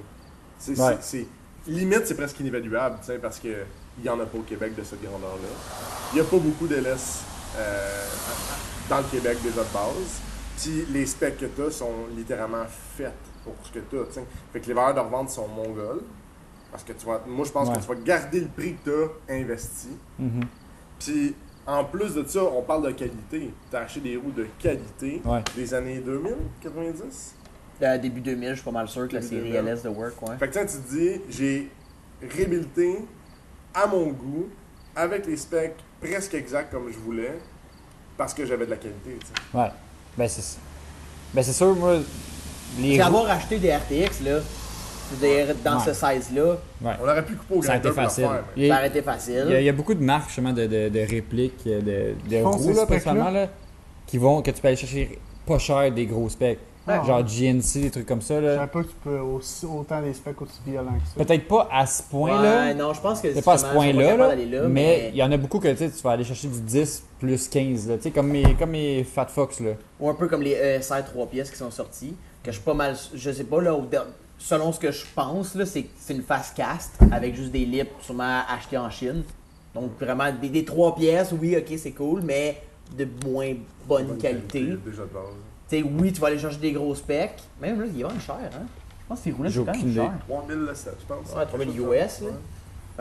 S2: C'est-
S10: Ouais.
S2: c'est- c'est- Limite, c'est presque inévaluable, tu sais, parce qu'il n'y en a pas au Québec de cette grandeur-là. Il n'y a pas beaucoup d'LS euh, dans le Québec déjà de base. Puis les specs que tu sont littéralement faites pour ce que tu as. Fait que les valeurs de revente sont mongoles. Parce que tu vas, moi, je pense
S10: Ouais.
S2: que tu vas garder le prix que tu as investi.
S10: Mhm.
S2: Puis en plus de ça, on parle de qualité. Tu as acheté des roues de qualité
S10: Ouais.
S2: des années 2000, 90
S8: Euh, début 2000, je suis pas mal sûr que la
S2: Début
S8: série
S2: 2000.
S8: LS de Work, ouais.
S2: Fait que tu sais, tu te dis, j'ai réhabilité à mon goût, avec les specs presque exacts comme je voulais, parce que j'avais de la qualité. tu sais.
S4: Ouais. Ben, c'est ben, c'est sûr, moi,
S8: Puis
S4: les roues,
S8: avoir acheté des RTX, là, je veux dire, dans
S4: Ouais.
S8: ce size-là,
S2: On aurait pu couper au
S4: ça a
S2: grinder
S4: été
S2: pour le
S4: facile.
S2: faire. mais-
S4: Il y
S8: ça
S4: a-
S8: aurait été
S4: Il y, a, il
S8: facile.
S4: y a beaucoup de marques justement de, de, de répliques euh, de, de
S3: font
S4: roues
S3: ces
S4: là,
S3: specs-là?
S4: principalement, là, qui vont que tu peux aller chercher pas cher des gros specs.
S3: Ah.
S4: Genre GNC, des trucs comme ça.
S3: Je
S4: Là.
S3: savais pas que tu peux aussi, autant des specs aussi violents que ça.
S4: Peut-être pas à ce point
S8: Ouais,
S4: là.
S8: non, je pense que
S4: C'est pas à ce
S8: justement, je suis pas
S4: point-là,
S8: capable
S4: là,
S8: d'aller là,
S4: mais
S8: mais,
S4: il y en a beaucoup que tu sais, tu vas aller chercher du 10 plus 15, là, tu sais, comme, mes, comme mes Fat Fox. Là.
S8: ou un peu comme les ESR 3 pièces qui sont sortis, que je suis pas mal, je sais pas, là, au- selon ce que je pense, là, c'est c'est une fast cast avec juste des lips sûrement achetés en Chine. Donc vraiment, des, des 3 pièces, oui, ok, c'est cool, mais de moins bonne qualité.
S2: Déjà de base.
S8: Tu sais, oui, tu vas aller chercher des gros specs, même là, ils vendent cher, hein. Je pense que ces roulettes
S4: J'ai
S8: sont quand
S4: aucune
S8: même
S4: idée.
S8: chères.
S2: 3000 le set, je pense.
S8: Ouais, 3000 US, là.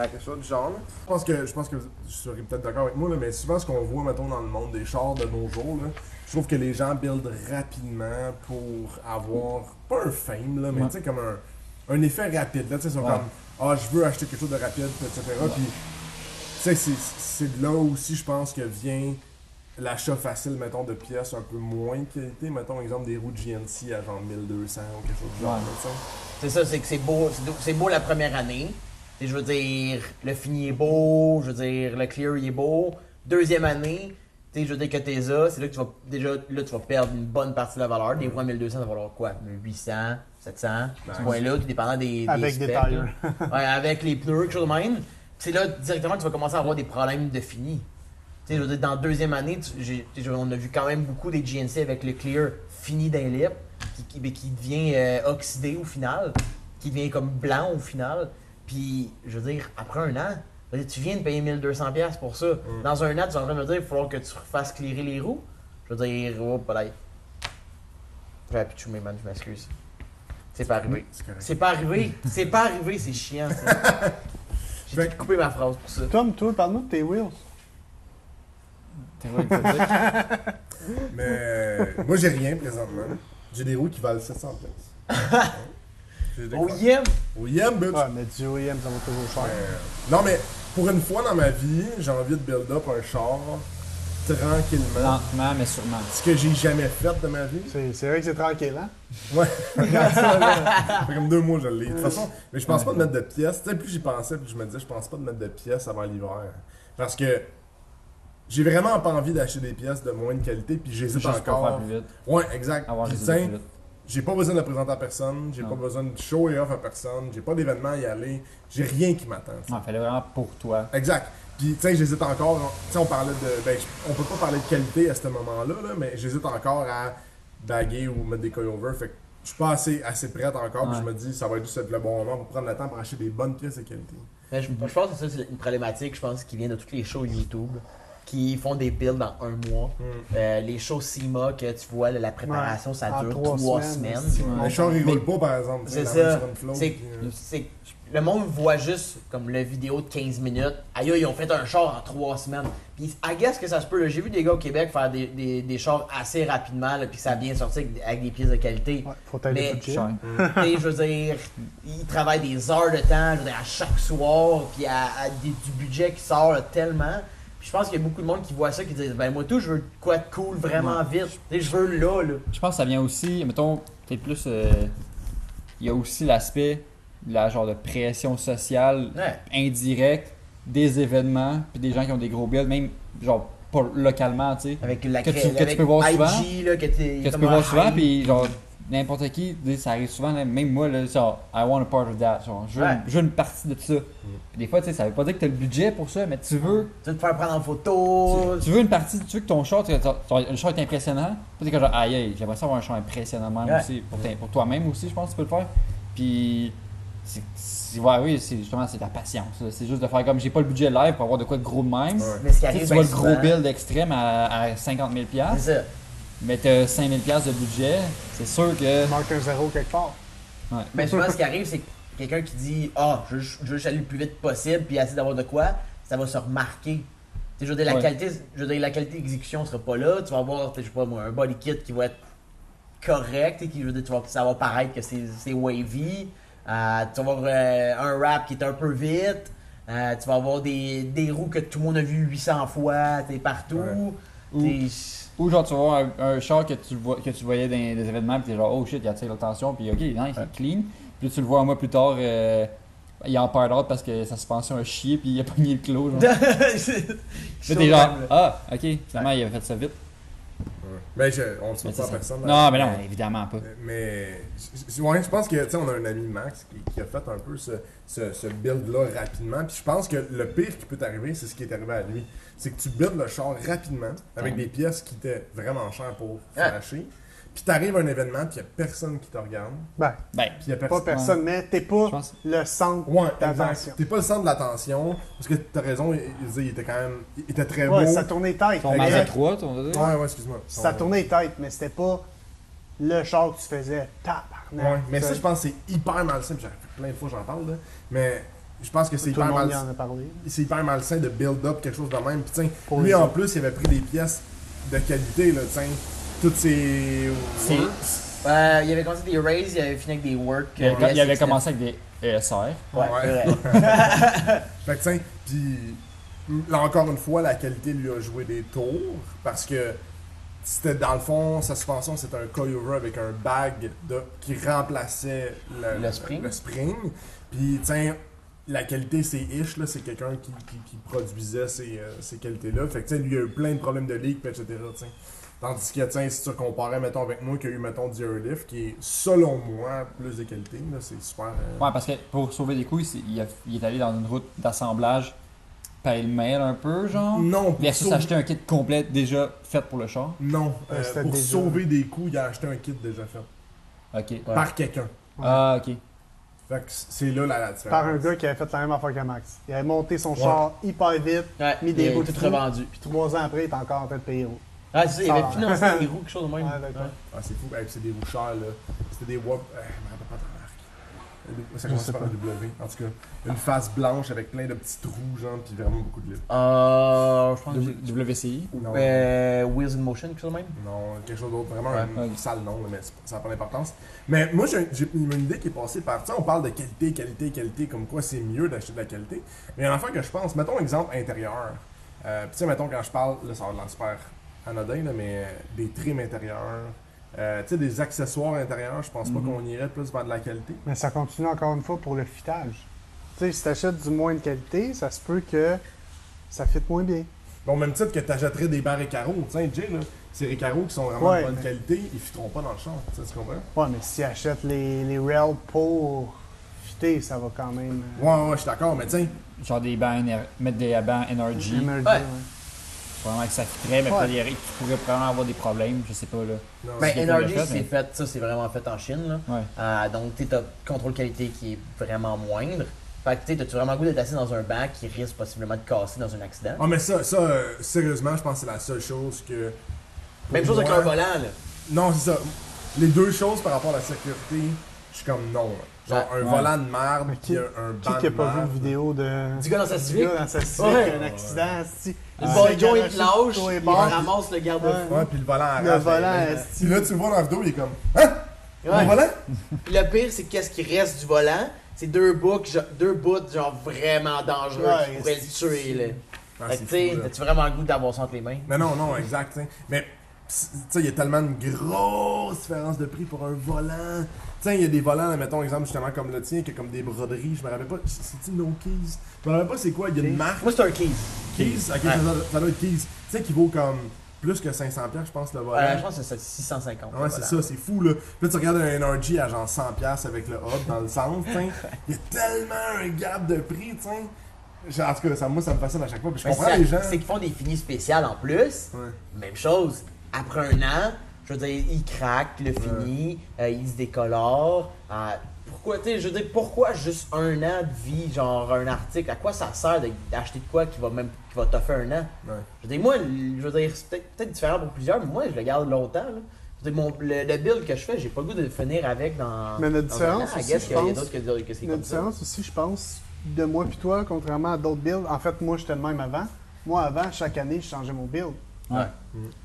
S2: Ouais. Quelque chose du genre. là. Je pense que, je pense que vous serez peut-être d'accord avec moi, là, mais souvent ce qu'on voit, mettons, dans le monde des chars de nos jours, là, je trouve que les gens buildent rapidement pour avoir, pas un fame, là, mais tu sais, comme un, un effet rapide. Là, tu sais, ils sont comme, ah, je veux acheter quelque chose de rapide, etc. Puis, tu sais, c'est- c'est de là aussi, je pense, que vient l'achat facile, mettons, de pièces un peu moins de qualité. Mettons, exemple, des roues de GNC à genre 1200 ou quelque chose du genre. là, tu sais.
S8: C'est ça, c'est que c'est beau, c'est do- c'est beau la première année. Et je veux dire, le fini est beau, je veux dire, le clear il est beau. Deuxième année, tu sais, je veux dire que t'es là, c'est là que tu vas déjà là tu vas perdre une bonne partie de la valeur. Des fois 1200, ça va valoir quoi 800, 700, ce point-là, tout dépendant des, des
S3: Ben, Avec des
S8: specs,
S3: tires.
S8: là. ouais, avec les pneus, quelque chose de même. Puis C'est là directement que tu vas commencer à avoir des problèmes de fini. Tu sais, je veux dire, dans la deuxième année, tu- j'ai- tu sais, on a vu quand même beaucoup des GNC avec le clear fini d'un lip, qui, qui, mais qui devient euh, oxydé au final, qui devient comme blanc au final. Puis, je veux dire, après un an, je veux dire, tu viens de payer 1200$ pour ça. Dans un an, tu es en train de me dire, il va falloir que tu refasses clearer les roues. Je veux dire, oh, pas J'avais plus de choumer, man, je m'excuse.
S11: C'est pas arrivé.
S2: C'est correct.
S11: C'est pas arrivé. C'est pas arrivé, c'est chiant. ça.
S8: Ben.
S11: J'ai dû couper ma phrase pour ça.
S3: Tom, toi, parle-nous de tes wheels.
S4: T'es vrai, exotique.
S2: Mais euh, moi, j'ai rien présentement. J'ai des roues qui valent 700 pièces.
S11: Oh yeah!
S2: OEM, bitch.
S3: Ouais, mais du OEM, ça va toujours cher.
S2: Euh, non, mais pour une fois dans ma vie, j'ai envie de build up un char tranquillement.
S4: Lentement, mais sûrement.
S2: Ce que j'ai jamais fait de ma vie.
S3: C'est c'est vrai que c'est tranquille, hein?
S2: Ouais, regarde ça, là. Ça fait comme deux mois que je l'ai.
S4: Ah.
S2: De toute façon, mais je pense pas de mettre de pièces. Tu sais, plus j'y pensais, plus je me disais, je pense pas de mettre de pièces avant l'hiver. Parce que j'ai vraiment pas envie d'acheter des pièces de moyenne qualité, puis j'hésite
S4: Juste pour faire
S2: encore.
S4: plus vite.
S2: Ouais, exact.
S4: Avoir
S2: Puis,
S4: les
S2: tiens,
S4: idées plus vite.
S2: j'ai pas besoin de la présenter à personne, j'ai
S4: Non.
S2: pas besoin de show et off à personne, j'ai pas d'événement à y aller, j'ai rien qui m'attend. tu sais.
S4: Ouais, fallait vraiment pour toi.
S2: Exact. Puis, tu sais, j'hésite encore. Tu sais, on parlait de. Ben, je- on peut pas parler de qualité à ce moment-là, là, mais j'hésite encore à baguer ou mettre des coilovers. Fait que je suis pas assez, assez prête encore. Puis,
S4: Ouais.
S2: je me dis, ça va être juste le bon moment pour prendre le temps pour acheter des bonnes pièces de qualité.
S8: Mais je, je pense que ça, c'est une problématique, je pense, qui vient de tous les shows YouTube qui font des builds dans un mois. Euh, les shows CIMA que tu vois, la préparation, ça
S3: En
S8: dure
S3: trois
S8: Ah, trois,
S3: semaines,
S8: semaines.
S3: c'est
S2: Le char, il
S8: Mais-
S2: roule pas, par exemple. tu sais, la
S8: C'est
S2: roule
S8: ça.
S2: sur une flotte,
S8: C'est-
S2: puis, euh,
S8: C'est- le monde voit juste comme la vidéo de 15 minutes. Aïe, ils ont fait un char en 3 semaines. Puis, I guess que ça se peut. là. J'ai vu des gars au Québec faire des, des, des chars assez rapidement, là, puis ça a bien sorti avec, avec des pièces de qualité.
S3: Ouais, faut t'aider
S8: Mais-
S3: le budget.
S4: Cher.
S8: Et je veux dire, ils travaillent des heures de temps, je veux dire, à chaque soir, puis à, à des- du budget qui sort là, tellement. Puis je pense qu'il y a beaucoup de monde qui voit ça, qui disent, ben moi tout, je veux de quoi de cool vraiment vite. Tu sais, je veux là, là.
S4: Je pense que ça vient aussi, mettons, peut-être plus. euh, Il y a aussi l'aspect de la genre de pression sociale
S8: Ouais.
S4: indirecte des événements, puis des gens qui ont des gros builds, même genre pas localement, tu sais.
S8: Avec la
S4: Que tu-
S8: cré-
S4: que tu
S8: avec
S4: peux voir
S8: IG,
S4: souvent.
S8: là, que, t'es
S4: Que tu
S8: comme ah,
S4: peux
S8: un
S4: voir souvent,
S8: hype.
S4: puis genre n'importe qui, tu sais, ça arrive souvent, là, même moi, là, genre, I want a part of that, genre, je veux,
S8: Ouais.
S4: je veux une partie de ça. Puis des fois, tu sais, ça veut pas dire que t'as le budget pour ça, mais tu veux.
S8: Tu veux te faire prendre en photo.
S4: Tu veux une partie, tu veux que ton char, tu- ton- ton- le char est impressionnant. Tu sais, que genre, aïe, aïe, j'aimerais ça avoir un char impressionnant moi
S8: Ouais.
S4: aussi, pour, t'in- pour toi-même aussi, je pense que tu peux le faire. Puis, c'est- c'est- ouais, oui, c'est justement, c'est de la patience. là. C'est juste de faire comme, j'ai pas le budget live pour avoir de quoi de gros de même.
S2: Ouais.
S8: Mais
S4: Tu
S8: ce qui
S4: sais,
S8: arrive
S4: tu vois
S8: bien
S4: le gros
S8: souvent,
S4: build extrême à, à 50 000
S8: C'est ça.
S4: mais t'as 5 000 de budget, c'est sûr que...
S3: Il manque un zéro quelque part.
S8: Mais Ben, souvent, ce qui arrive, c'est que quelqu'un qui dit Ah, je, je veux juste aller le plus vite possible, puis essayer d'avoir de quoi, ça va se remarquer. Tu sais, je veux dire, la
S4: Ouais.
S8: qualité, je veux dire, la qualité d'exécution sera pas là. Tu vas avoir, tu sais, je sais pas moi, un body kit qui va être correct, et qui, je veux dire, tu vas, ça va paraître que c'est c'est wavy. Euh, tu vas avoir euh, un rap qui est un peu vite. Euh, tu vas avoir des, des roues que tout le monde a vu 800 fois, t'es partout.
S4: Ouais.
S8: T'es-
S4: Ou genre tu vas voir un, un char que tu, le vois, que tu voyais dans des événements, puis t'es genre « Oh shit, il attire l'attention, puis ok, non, il est clean. » Puis tu le vois un mois plus tard, euh, il est en perd out parce que sa suspension a chié, puis il a pogné le clos. Genre. Puis t'es genre « Ah, ok, finalement il avait fait ça vite.
S2: ouais. Mais je, on le
S4: Mais
S2: souhaite pas
S4: c'est
S2: à
S4: ça.
S2: personne.
S4: Non,
S2: là.
S4: mais non, évidemment pas.
S2: Mais je- je ouais, je pense que, tu sais, on a un ami Max qui, qui a fait un peu ce, ce- ce build-là rapidement. Puis je pense que le pire qui peut t'arriver, c'est ce qui est arrivé à lui. C'est que tu builds le char rapidement avec des pièces qui étaient vraiment chères pour
S3: Ah.
S2: flasher. Puis t'arrives à un événement, puis il a personne qui te regarde.
S3: Ben,
S4: Ben,
S2: Puis il a
S3: pas
S2: personne.
S3: personne, mais t'es
S4: je
S3: pas
S4: pense...
S3: le centre
S2: Ouais,
S3: d'attention.
S2: exact. T'es pas le centre de l'attention. Parce que t'as raison, il, il- il était quand même. Il était très
S3: Ouais,
S2: beau.
S3: ça tournait tête.
S4: Ton
S2: Exact.
S4: Mazda 3, on va dire.
S2: Ouais, ouais, excuse-moi.
S3: Ça tournait tête, mais c'était pas le char que tu faisais. Tabarnak.
S2: Ouais, mais ça, je pense que c'est hyper malsain. puis j'en- Plein de fois, j'en parle, là. Mais je pense que c'est
S3: Tout le
S2: hyper
S3: monde y
S2: malsain.
S3: en a parlé.
S2: c'est hyper malsain de build up quelque chose de même. Puis tiens,
S3: Pour
S2: lui
S3: les
S2: en
S3: autres.
S2: plus, il avait pris des pièces de qualité, là, tiens. Toutes ses.
S8: C'est- Euh, il avait commencé des raises, il avait fini avec des work.
S4: Il avait,
S8: euh,
S4: il avait
S8: c'était-
S4: commencé avec des E ESR.
S8: Ouais,
S2: Ouais.
S8: c'est vrai.
S2: Fait que tiens, puis là encore une fois, la qualité lui a joué des tours parce que c'était dans le fond, sa suspension c'était un coilover avec un bag de, qui remplaçait le,
S8: Le spring.
S2: le spring. Puis tiens, la qualité c'est ish, là, c'est quelqu'un qui, qui- qui produisait ces, euh, ces qualités-là. Fait que tiens, lui il a eu plein de problèmes de leak, puis etc. tiens. Tandis que, tiens, si tu comparais, mettons, avec moi, qui a eu, mettons, du Airlift, qui est, selon moi, plus de qualité, là, c'est super... euh,
S4: Ouais, parce que pour sauver des couilles, c'est- il, a- il est allé dans une route d'assemblage pêle-mêle un peu, genre.
S2: Non, pour
S4: Versus
S2: Mm. sauver-
S4: acheter un kit complet déjà fait pour le char.
S2: Non,
S3: Ouais,
S2: euh,
S3: c'était
S2: pour
S3: déjà-
S2: sauver des coûts, il a acheté un kit déjà fait.
S4: Ok.
S2: Par quelqu'un.
S4: Ah, ok.
S2: Fait que c'est là la, la différence.
S3: Par un gars qui avait fait la même affaire que Max. Il avait monté son
S2: Ouais.
S3: char hyper vite,
S8: Ouais,
S3: mis
S8: il
S3: des
S8: est
S3: roues de
S8: tout
S3: fou.
S8: revendu.
S3: puis trois ans après, il est encore en train de payer.
S8: Ah, c'est ça, il
S3: Ah.
S8: avait financé des roues, quelque chose de même.
S3: Ouais, Ah, d'accord.
S2: Ah, c'est fou, Hey, puis c'est des roues chères, là. C'est C'était des Wop. euh, je me rappelle pas de la marque. Euh, Ça commence par un W. En tout cas, une face blanche avec plein de petits trous, genre, puis vraiment beaucoup de livres.
S8: Euh, je pense que j'ai-
S4: WCI.
S2: Non,
S3: Ben,
S8: euh, Wheels in Motion, quelque chose de même.
S2: non, quelque chose d'autre. Vraiment
S4: Ouais.
S2: un sale nom, là, mais c'est- ça n'a pas d'importance. Mais moi, j'ai j'ai une idée qui est passée par. Tu sais, on parle de qualité, qualité, qualité, comme quoi c'est mieux d'acheter de la qualité. Mais il y a un affaire que je pense. Mettons exemple intérieur. Euh, puis tu sais, mettons quand je parle, là, ça va l'air super anodin, là, mais euh, des trims intérieurs. euh, tu sais, des accessoires intérieurs, je pense pas qu'on irait plus vers de la qualité.
S3: Mais ça continue encore une fois pour le fitage. Tu sais, si t'achètes du moins de qualité, ça se peut que ça fitte moins bien.
S2: Bon, au même titre que tu achèterais des barres et carreaux, tu sais, Jay, là, c'est des carreaux qui sont vraiment
S3: Ouais,
S2: de bonne
S3: mais-
S2: qualité, ils fiteront pas dans le champ, tu sais, tu comprends?
S3: Ouais, mais si t'achètes les, les rails pour fitter, ça va quand même. euh,
S2: Ouais, ouais, je suis d'accord, mais tiens,
S4: Genre des bancs, NR mettre des bancs NRG.
S3: émerger,
S8: Ouais.
S4: Probablement que ça fitterait, mais
S3: Ouais.
S4: peut-être il pourrait probablement avoir des problèmes, je sais pas là.
S2: non,
S8: Ben,
S4: C'est
S8: NRG,
S4: pas le fait,
S8: c'est
S4: mais-
S8: fait, ça, c'est vraiment fait en Chine, là.
S4: Ouais.
S8: Euh, donc, tu as contrôle qualité qui est vraiment moindre. Fait que, tu as vraiment le goût d'être assis dans un banc qui risque possiblement de casser dans un accident.
S2: Ah, mais ça, ça euh, sérieusement, je pense que c'est la seule chose que. pour
S8: Même chose avec
S2: moi-
S8: un volant, là.
S2: Non, c'est ça. Les deux choses par rapport à la sécurité, je suis comme non. là. Genre, un
S4: Ouais.
S2: volant de merde,
S3: Mais
S2: puis
S3: qui-
S2: un
S3: Qui
S2: banc
S3: qui
S2: de
S3: a pas vu
S2: merde.
S3: une vidéo de.
S8: euh, Du gars dans sa Civic.
S3: dans sa Civic,
S8: Ouais.
S3: un accident, si.
S8: Le
S3: Ah.
S8: Boy Joe, il te
S3: C'est
S8: lâche,
S3: garagiste,
S8: il
S3: toi, et
S8: ramasse le garde-fou.
S2: Ouais, puis le volant
S3: Le
S2: arrache,
S3: volant,
S2: ben, ben,
S3: est-ce-
S2: Puis là, tu le vois dans la vidéo, il est comme Hein
S8: Ouais.
S2: Mon volant
S8: Puis Le pire, c'est qu'est-ce qui reste du volant? C'est deux bouts, genre- deux bouts, genre vraiment dangereux qui
S3: Ouais,
S8: pourraient le
S3: c'est-
S8: tuer, là.
S2: Ah,
S8: Fait que,
S2: c'est
S8: tu sais,
S2: fou, là.
S8: t'as-tu vraiment le goût d'avoir ça entre les mains?
S2: Mais non, non, exact. t'sais. Mais pss, t'sais, il y a tellement de grosses différences de prix pour un volant. T'sais, il y a des volants, là, mettons exemple justement comme le tien, qui a comme des broderies. Je me rappelle pas. C'est-tu No Keys Je me rappelle pas c'est quoi. Il y a une marque.
S8: Moi, c'est un keys.
S2: Keys, ok, ça doit- ça doit être Keys. Tu sais, qui vaut comme plus que 500$, je pense, le volant. Ah
S8: Euh, je pense que c'est 650.
S2: Ouais,
S8: le
S2: c'est
S8: volant.
S2: ça, c'est fou là. Puis là, tu regardes un NRG à genre 100$ avec le hub dans le centre, t'sais. Il y a tellement un gap de prix, t'sais. Genre, En tout cas, ça, moi, ça me fascine à chaque fois. Puis je
S8: Mais
S2: comprends
S8: c'est-
S2: les gens.
S8: C'est qu'ils font des finis spéciales en plus.
S2: Ouais.
S8: Même chose. Après un an, je veux dire, il craque le fini, euh, il se décolore. euh, pourquoi, tu sais, je veux dire, pourquoi juste un an de vie, genre un article À quoi ça sert de- d'acheter de quoi qui va même qui va t'offrir un an
S2: Ouais.
S8: Je veux dire, moi, l- je veux dire, c'est peut-être peut-être différent pour plusieurs, mais moi, je le garde longtemps. là. Je veux dire, mon- le, le build que je fais, j'ai pas le goût de le finir avec dans.
S3: Mais notre
S8: dans un an.
S3: différence
S8: I
S3: aussi,
S8: guess
S3: je
S8: qu'il y a
S3: pense,
S8: d'autres que, que c'est
S3: La
S8: comme ça.
S3: différence aussi, je pense, de moi puis toi, contrairement à d'autres builds, en fait, moi, j'étais le même avant. Moi, avant, chaque année, je changeais mon build.
S4: Ouais.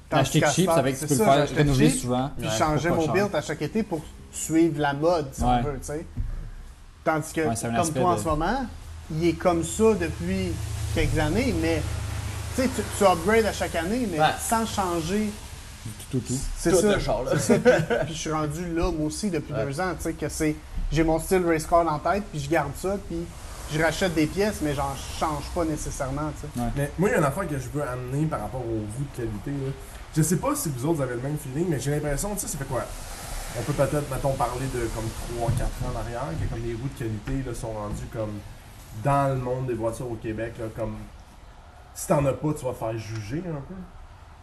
S3: Tandis
S4: Acheter
S3: qu'à
S4: cheap,
S3: ce
S4: ça fait que tu
S3: temps,
S4: peux
S3: c'est
S4: le
S3: ça,
S4: faire
S3: j'achetais
S4: renouveler
S3: cheap,
S4: souvent.
S3: Puis
S4: Ouais,
S3: je changeais
S4: pour pas
S3: mon
S4: cher.
S3: build à chaque été pour suivre la mode, si
S4: Ouais.
S3: on veut, tu sais. Tandis que,
S4: Ouais, c'est un
S3: comme
S4: aspect
S3: toi en
S4: de-
S3: ce moment, il est comme ça depuis quelques années, mais tu sais, tu- tu upgrades à chaque année, mais
S8: Ouais.
S3: sans changer
S4: Tout, tout.
S3: c'est
S8: Tout
S3: ça.
S8: le genre, là.
S3: C'est ça. Puis- Puis je suis rendu là, moi aussi, depuis deux ans. Tu sais, que c'est. J'ai mon style race car en tête, puis je garde ça, puis je rachète des pièces, mais j'en change pas nécessairement, tu sais.
S2: Mais moi, il y a une affaire que je veux amener par rapport au goût de qualité. Là. Je sais pas si vous autres avez le même feeling, mais j'ai l'impression, tu sais, ça fait quoi On peut peut-être, mettons, parler de comme 3-4 ans en arrière, que comme les roues de qualité là, sont rendues comme dans le monde des voitures au Québec. Là, comme si t'en as pas, tu vas te faire juger un peu.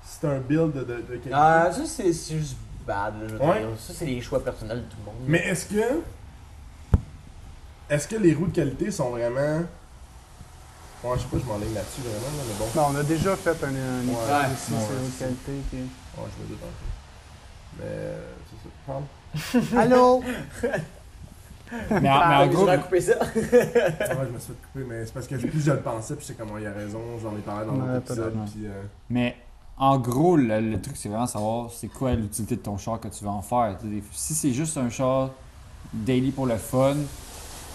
S2: Si t'as un build de, de- de qualité.
S8: Ah, ça, c'est c'est juste bad, là, je veux
S2: Ouais.
S8: dire. Ça, c'est les choix personnels de tout le monde.
S2: Mais est-ce que. Est-ce que les roues de qualité sont vraiment. Ouais, je sais pas, je m'enlève là-dessus vraiment, là, mais bon.
S3: Non, on a déjà fait un, un
S2: Ouais,
S3: épisode ici
S2: ouais,
S3: sur les
S2: c'est-
S3: qualités, puis-
S2: Ouais, je me doute un peu. Mais. euh, C'est ça. Parle.
S3: Allô?
S4: Mais
S8: Ah,
S4: en, mais en gros,
S8: J'aurais coupé ça.
S2: Ouais, je me suis fait couper, mais c'est parce que plus je le pensais, puis c'est comment il a raison, j'en ai parlé dans
S3: Ouais,
S2: l'autre épisode,
S4: peut-être.
S2: puis... euh,
S4: mais en gros, le, le truc, c'est vraiment savoir c'est quoi l'utilité de ton char que tu vas en faire. Tu sais, Si c'est juste un char daily pour le fun,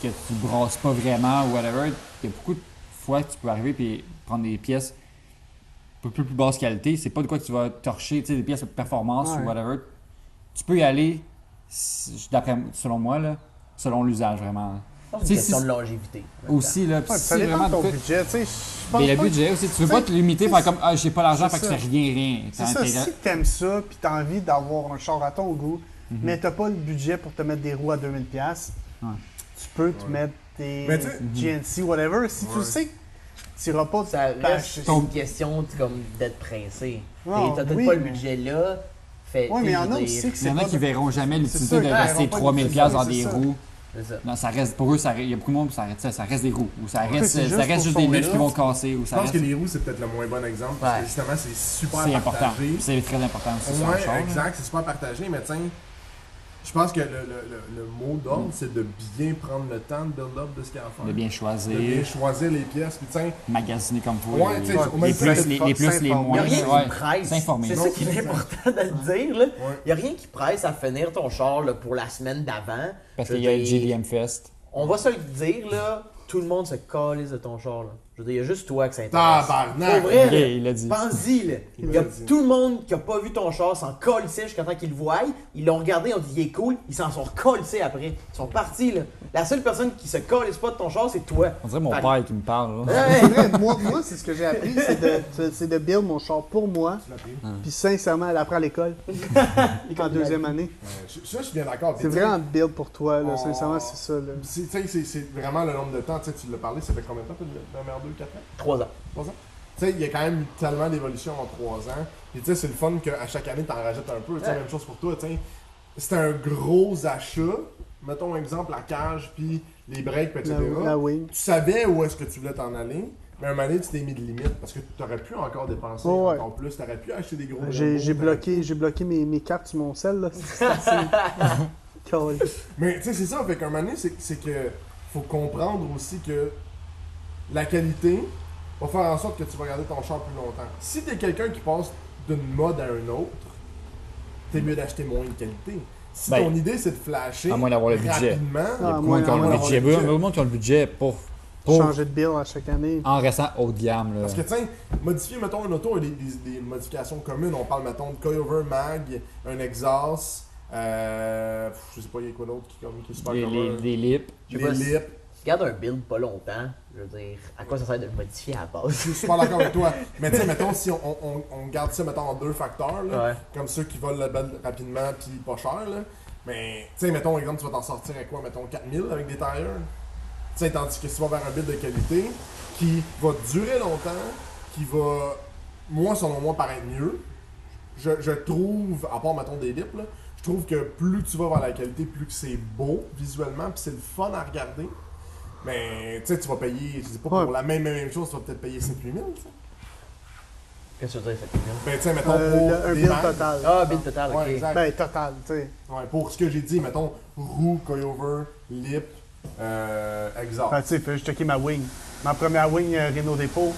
S4: que tu brasses pas vraiment ou whatever, il y a beaucoup de fois que tu peux arriver et prendre des pièces un peu plus, plus basse qualité. C'est pas de quoi que tu vas torcher, tu sais, des pièces de performance
S3: Ouais.
S4: ou whatever. Tu peux y aller, si- d'après selon moi, là, selon l'usage vraiment.
S8: C'est une
S4: Si,
S8: question
S4: si-
S8: de longévité.
S4: Aussi, là, pis
S3: Ouais,
S4: si
S3: ça
S4: c'est
S3: dépend
S4: vraiment
S3: de ton
S4: de-
S3: budget, tu sais. Je pense
S4: Mais le
S3: pas que-
S4: budget aussi, tu veux
S3: tu
S4: pas
S3: sais,
S4: te limiter
S3: c'est-
S4: par comme ah j'ai pas l'argent
S3: c'est
S4: fait que
S3: ça.
S4: c'est rien rien.
S3: C'est
S4: T'as-
S3: ça,
S4: hein, t'es là-
S3: si t'aimes ça, puis t'as envie d'avoir un char à ton goût, mais t'as pas le budget pour te mettre des roues à 2000$, piastres,
S4: Mhm. Ouais. Mhm.
S3: tu peux te
S2: Ouais.
S3: mettre tes
S2: Mais tu sais-
S3: GNC, whatever. Si
S2: Ouais.
S3: tu sais que t'iras pas
S8: Ça
S3: de
S8: reste
S4: Ton-
S8: une question tu sais, comme d'être pressé. Et
S3: Non,
S8: T'as peut-être
S3: oui,
S8: pas le
S3: mais-
S8: budget là. Fait,
S3: Oui,
S8: tu sais,
S3: mais il y
S8: je
S3: en a
S8: veux
S3: aussi
S8: dire,
S3: que
S4: Il
S3: c'est
S4: y en a
S3: pas
S4: qui
S3: de-
S4: verront jamais
S3: ça,
S4: l'utilité de
S3: ils verront
S4: gasser
S3: pas
S4: 3000 pièces dans
S3: l'utilité,
S4: des
S3: c'est ça.
S4: roues.
S8: C'est ça.
S4: Non, ça reste pour eux ça, il y a beaucoup de monde ça reste ça, ça reste des roues ou ça
S3: Ouais,
S4: reste
S3: c'est
S4: ça
S3: juste
S4: reste
S3: pour
S4: juste
S3: son
S4: des lunettes
S3: look.
S4: qui vont casser ou
S2: Je
S4: ça
S2: pense
S4: reste
S2: que les roues, c'est peut-être le moins bon exemple, parce
S8: Ouais.
S2: que justement, c'est super
S4: c'est important.
S2: partagé.
S4: C'est très important aussi sur un
S2: Ouais,
S4: char, là.
S2: exact, c'est super partagé, mais tiens, je Je pense que le, le- le- le mot d'ordre, c'est de bien prendre le temps de build-up de ce qu'il y a à faire.
S4: De bien
S2: De
S4: choisir,
S2: bien choisir les pièces. Puis tiens,
S4: magasiner comme faut.
S2: Ouais,
S4: les-
S2: tu sais, au même
S4: les
S2: titre
S4: plus,
S2: que
S4: les,
S2: Fox
S4: les plus, les
S2: s'informe.
S4: moins.
S8: Il n'y a rien
S4: ouais.
S8: qui presse.
S4: S'informer.
S8: C'est ça qui est important de le dire. Là. Il n'y a rien qui presse à finir ton char là, pour la semaine d'avant.
S4: Parce
S8: Je
S4: qu'il y a le
S8: veux dire,
S4: GDM Fest.
S8: On va se le dire, là, tout le monde se calise de ton char. Là. Je veux dire, il y a juste toi que ça intéresse.
S2: tabarnak!
S8: Pour vrai,
S4: Ok, il l'a dit.
S8: Pense-y, là. Il y a tout le monde qui a pas vu ton char s'en colissait jusqu'à temps qu'ils le voient. Ils l'ont regardé, ils ont dit il est cool. Ils s'en sont colissés après. Ils sont partis, là. La seule personne qui se colisse pas de ton char, c'est toi.
S4: On dirait mon père qui me parle. là.
S8: Ouais.
S3: C'est vrai, moi, moi, c'est ce que j'ai appris, c'est de, c'est- c'est de build mon char pour moi.
S4: Ah.
S3: Puis sincèrement, elle apprend à l'école. en deuxième année.
S2: Je- Ça, je suis bien d'accord.
S3: C'est
S2: Puis,
S3: vraiment build pour toi, là.
S2: Oh.
S3: Sincèrement, c'est ça, là.
S2: C'est- tu sais, C'est c'est vraiment le nombre de temps, tu sais, tu l'as parlé, ça fait combien de temps que tu l'as merde 2, 4 ans?
S8: Trois ans.
S2: Tu sais, il y a quand même eu tellement d'évolution en 3 ans. Et tu sais, c'est le fun qu'à chaque année, t'en rajoutes un peu. Tu sais, même chose pour toi, tu sais. C'était un gros achat. Mettons exemple la cage, puis les breaks, puis etc.
S3: La, la wing.
S2: Tu savais où est-ce que tu voulais t'en aller, mais à un moment donné, tu t'es mis de limite parce que tu aurais pu encore dépenser
S3: Ouais, ouais.
S2: encore plus. Tu aurais pu acheter des gros.
S3: J'ai
S2: bonbons,
S3: j'ai
S2: t'aurais-
S3: bloqué, j'ai bloqué mes, mes cartes sur mon sel, là. C'est assez- Calé.
S2: Mais tu sais, c'est ça, fait qu'à un moment donné, c'est c'est que faut comprendre aussi que la qualité va faire en sorte que tu vas garder ton char plus longtemps. Si t'es quelqu'un qui passe d'une mode à un autre, t'es mieux d'acheter moins de qualité. Si
S4: Ben,
S2: ton idée c'est de flasher
S4: à moins d'avoir le budget.
S2: rapidement,
S4: Il y a
S3: Ah,
S4: beaucoup de monde qui ont
S3: moi,
S4: le
S3: moi,
S4: budget. Il y a
S2: moi,
S4: beaucoup de monde qui ont le budget pour, pour
S3: Changer de build à chaque année.
S4: en restant haut de gamme. Là.
S2: Parce que, tiens, modifier, mettons, une auto, il y a des, des- des modifications communes. On parle, mettons, de coilover, mag, un exhaust, euh, pff, je sais pas, il y a quoi d'autre qui, comme- qui est super
S4: les, les,
S2: commun.
S4: les lips.
S2: Les
S8: Je sais pas si-
S2: lips.
S8: Tu gardes un build pas longtemps. Je veux dire, à quoi ça sert de le modifier à la base?
S2: Je suis pas d'accord avec toi. Mais tu sais, mettons, si on, on- on garde ça, mettons, en deux facteurs, là,
S8: Ouais.
S2: comme ceux qui volent le bel rapidement puis pas cher, là. Mais, tu sais, mettons, exemple, tu vas t'en sortir à quoi, mettons, 4000 avec des tires. Tu sais, tandis que si tu vas vers un bid de qualité, qui va durer longtemps, qui va, moi, selon moi, paraître mieux, je, je trouve, à part, mettons, des lips, là, je trouve que plus tu vas vers la qualité, plus que c'est beau visuellement, puis c'est le fun à regarder. Mais, tu sais, tu vas payer, je dis pas, pour
S3: Ouais.
S2: la même, même, même chose, tu vas peut-être payer 7-8 000, tu sais.
S8: Qu'est-ce que tu veux dire, ça fait bien?
S2: Ben, tu sais, mettons,
S3: Euh,
S2: pour
S3: le- un
S2: des
S3: build
S2: vagues.
S3: total.
S8: Ah, build total,
S2: Ouais,
S8: ok.
S2: exact.
S3: Ben, total, tu sais.
S2: Ouais, pour ce que j'ai dit, mettons, roue, coilover, lip, euh, exhaust.
S3: Ben, tu sais, fais juste checker ma wing. Ma première wing euh, Renault Dépôt,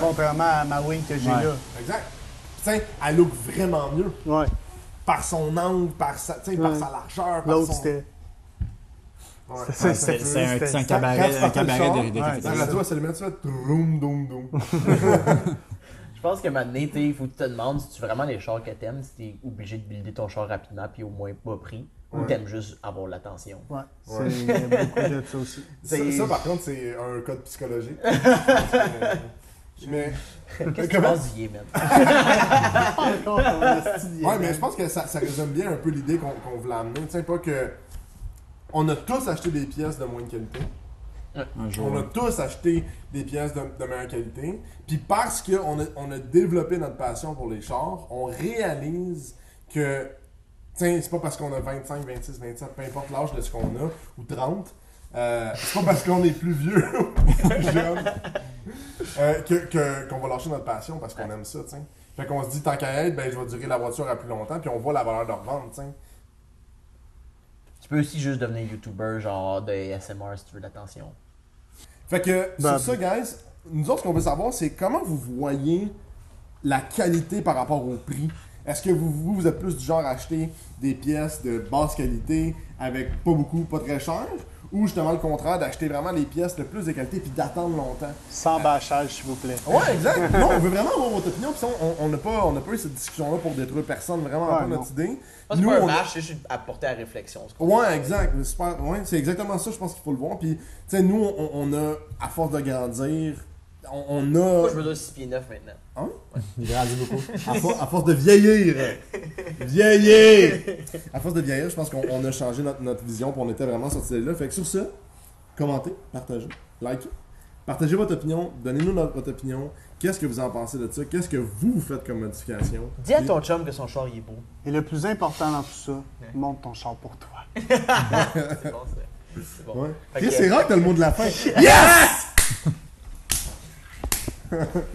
S3: contrairement à ma wing que j'ai
S4: Ouais.
S3: là.
S2: Exact. Tu sais, elle look vraiment mieux.
S3: Ouais.
S2: Par son angle, par sa, tu sais, par
S3: Ouais.
S2: sa largeur, par
S3: L'autre,
S2: son...
S3: c'était.
S2: Ouais.
S3: c'est-
S2: Ouais,
S3: Ah, c'est-
S4: C'est c'est un, c'est un
S2: Quand- quand
S4: cabaret,
S2: tu
S4: un
S2: partais le
S4: cabaret
S2: char,
S4: de, de
S3: ouais,
S2: La
S4: capitalisme.
S2: radio, elle s'allume, tu fais droum, doum, doum.
S8: Je pense que maintenant, il faut que tu te demandes si tu veux vraiment les chars que t'aimes, si t'es obligé de builder ton char rapidement puis au moins pas pris, ou t'aimes juste avoir l'attention.
S3: Ouais. C'est il y a beaucoup de ça aussi.
S2: Ça,
S8: C'est-
S2: ça, par contre, c'est un code psychologique. Je pense que- euh, mais,
S8: Qu'est-ce que tu
S2: Comment-
S8: penses du Yémen?
S2: ouais, mais je pense que ça, ça résume bien un peu l'idée qu'on qu'on voulait amener. Tu sais, pas que. On a tous acheté des pièces de moins de qualité.
S4: Un jour.
S2: On a tous acheté des pièces de, de meilleure qualité. Puis parce qu'on a, on a développé notre passion pour les chars, on réalise que, tiens, c'est pas parce qu'on a 25, 26, 27, peu importe l'âge de ce qu'on a, ou 30, euh, c'est pas parce qu'on est plus vieux ou plus jeune euh, que, que- qu'on va lâcher notre passion parce qu'on aime ça, tiens. Fait qu'on se dit, tant qu'à être, ben, je vais durer la voiture à plus longtemps, puis on voit la valeur de revente, tiens.
S8: Tu peux aussi juste devenir YouTuber, genre de ASMR si tu veux l'attention.
S2: Fait que,
S3: Ben,
S2: sur ça, guys, nous autres, ce qu'on veut savoir, c'est comment vous voyez la qualité par rapport au prix. Est-ce que vous, vous, vous êtes plus du genre à acheter des pièces de basse qualité avec pas beaucoup, pas très cher, ou justement le contraire, d'acheter vraiment les pièces de plus de qualité puis d'attendre longtemps?
S3: Sans bâchage, s'il vous plaît.
S2: Ouais, exact. non, on veut vraiment avoir votre opinion, puis ça, on- on n'a pas, on n'a pas eu cette discussion-là pour détruire personne, vraiment
S3: Ouais,
S2: pas
S3: non.
S2: notre idée.
S12: Moi, c'est pas un
S2: on-
S12: match, c'est juste apporter à la réflexion. ce qu'on-
S2: Ouais, exact. Mais super- ouais, c'est exactement ça, je pense qu'il faut le voir. Puis, tu sais, nous, on, on a, à force de grandir, on, on a.
S12: Moi, je veux dire 6 pieds 9 maintenant.
S4: Il grandit beaucoup.
S2: À, for- à force de vieillir. vieillir. À force de vieillir, je pense qu'on on a changé notre, notre vision, puis on était vraiment sorti de là. Fait que sur ce, commentez, partagez, likez. Partagez votre opinion, donnez-nous notre- votre opinion. Qu'est-ce que vous en pensez de ça? Qu'est-ce que vous, vous faites comme modification?
S12: Dis à
S2: Et-
S12: ton chum que son char il est beau.
S3: Et le plus important dans tout ça, monte ton char pour toi.
S12: C'est bon, ça. C'est bon.
S2: Ouais.
S12: Fait que-
S2: Ok, C'est rare que t'as le mot de la fin. Yes!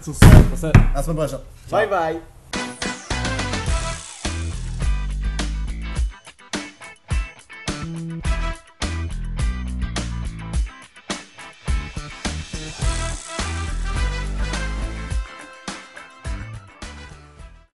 S2: sur ce,
S4: ça.
S2: à la semaine prochaine.
S12: Bye bye!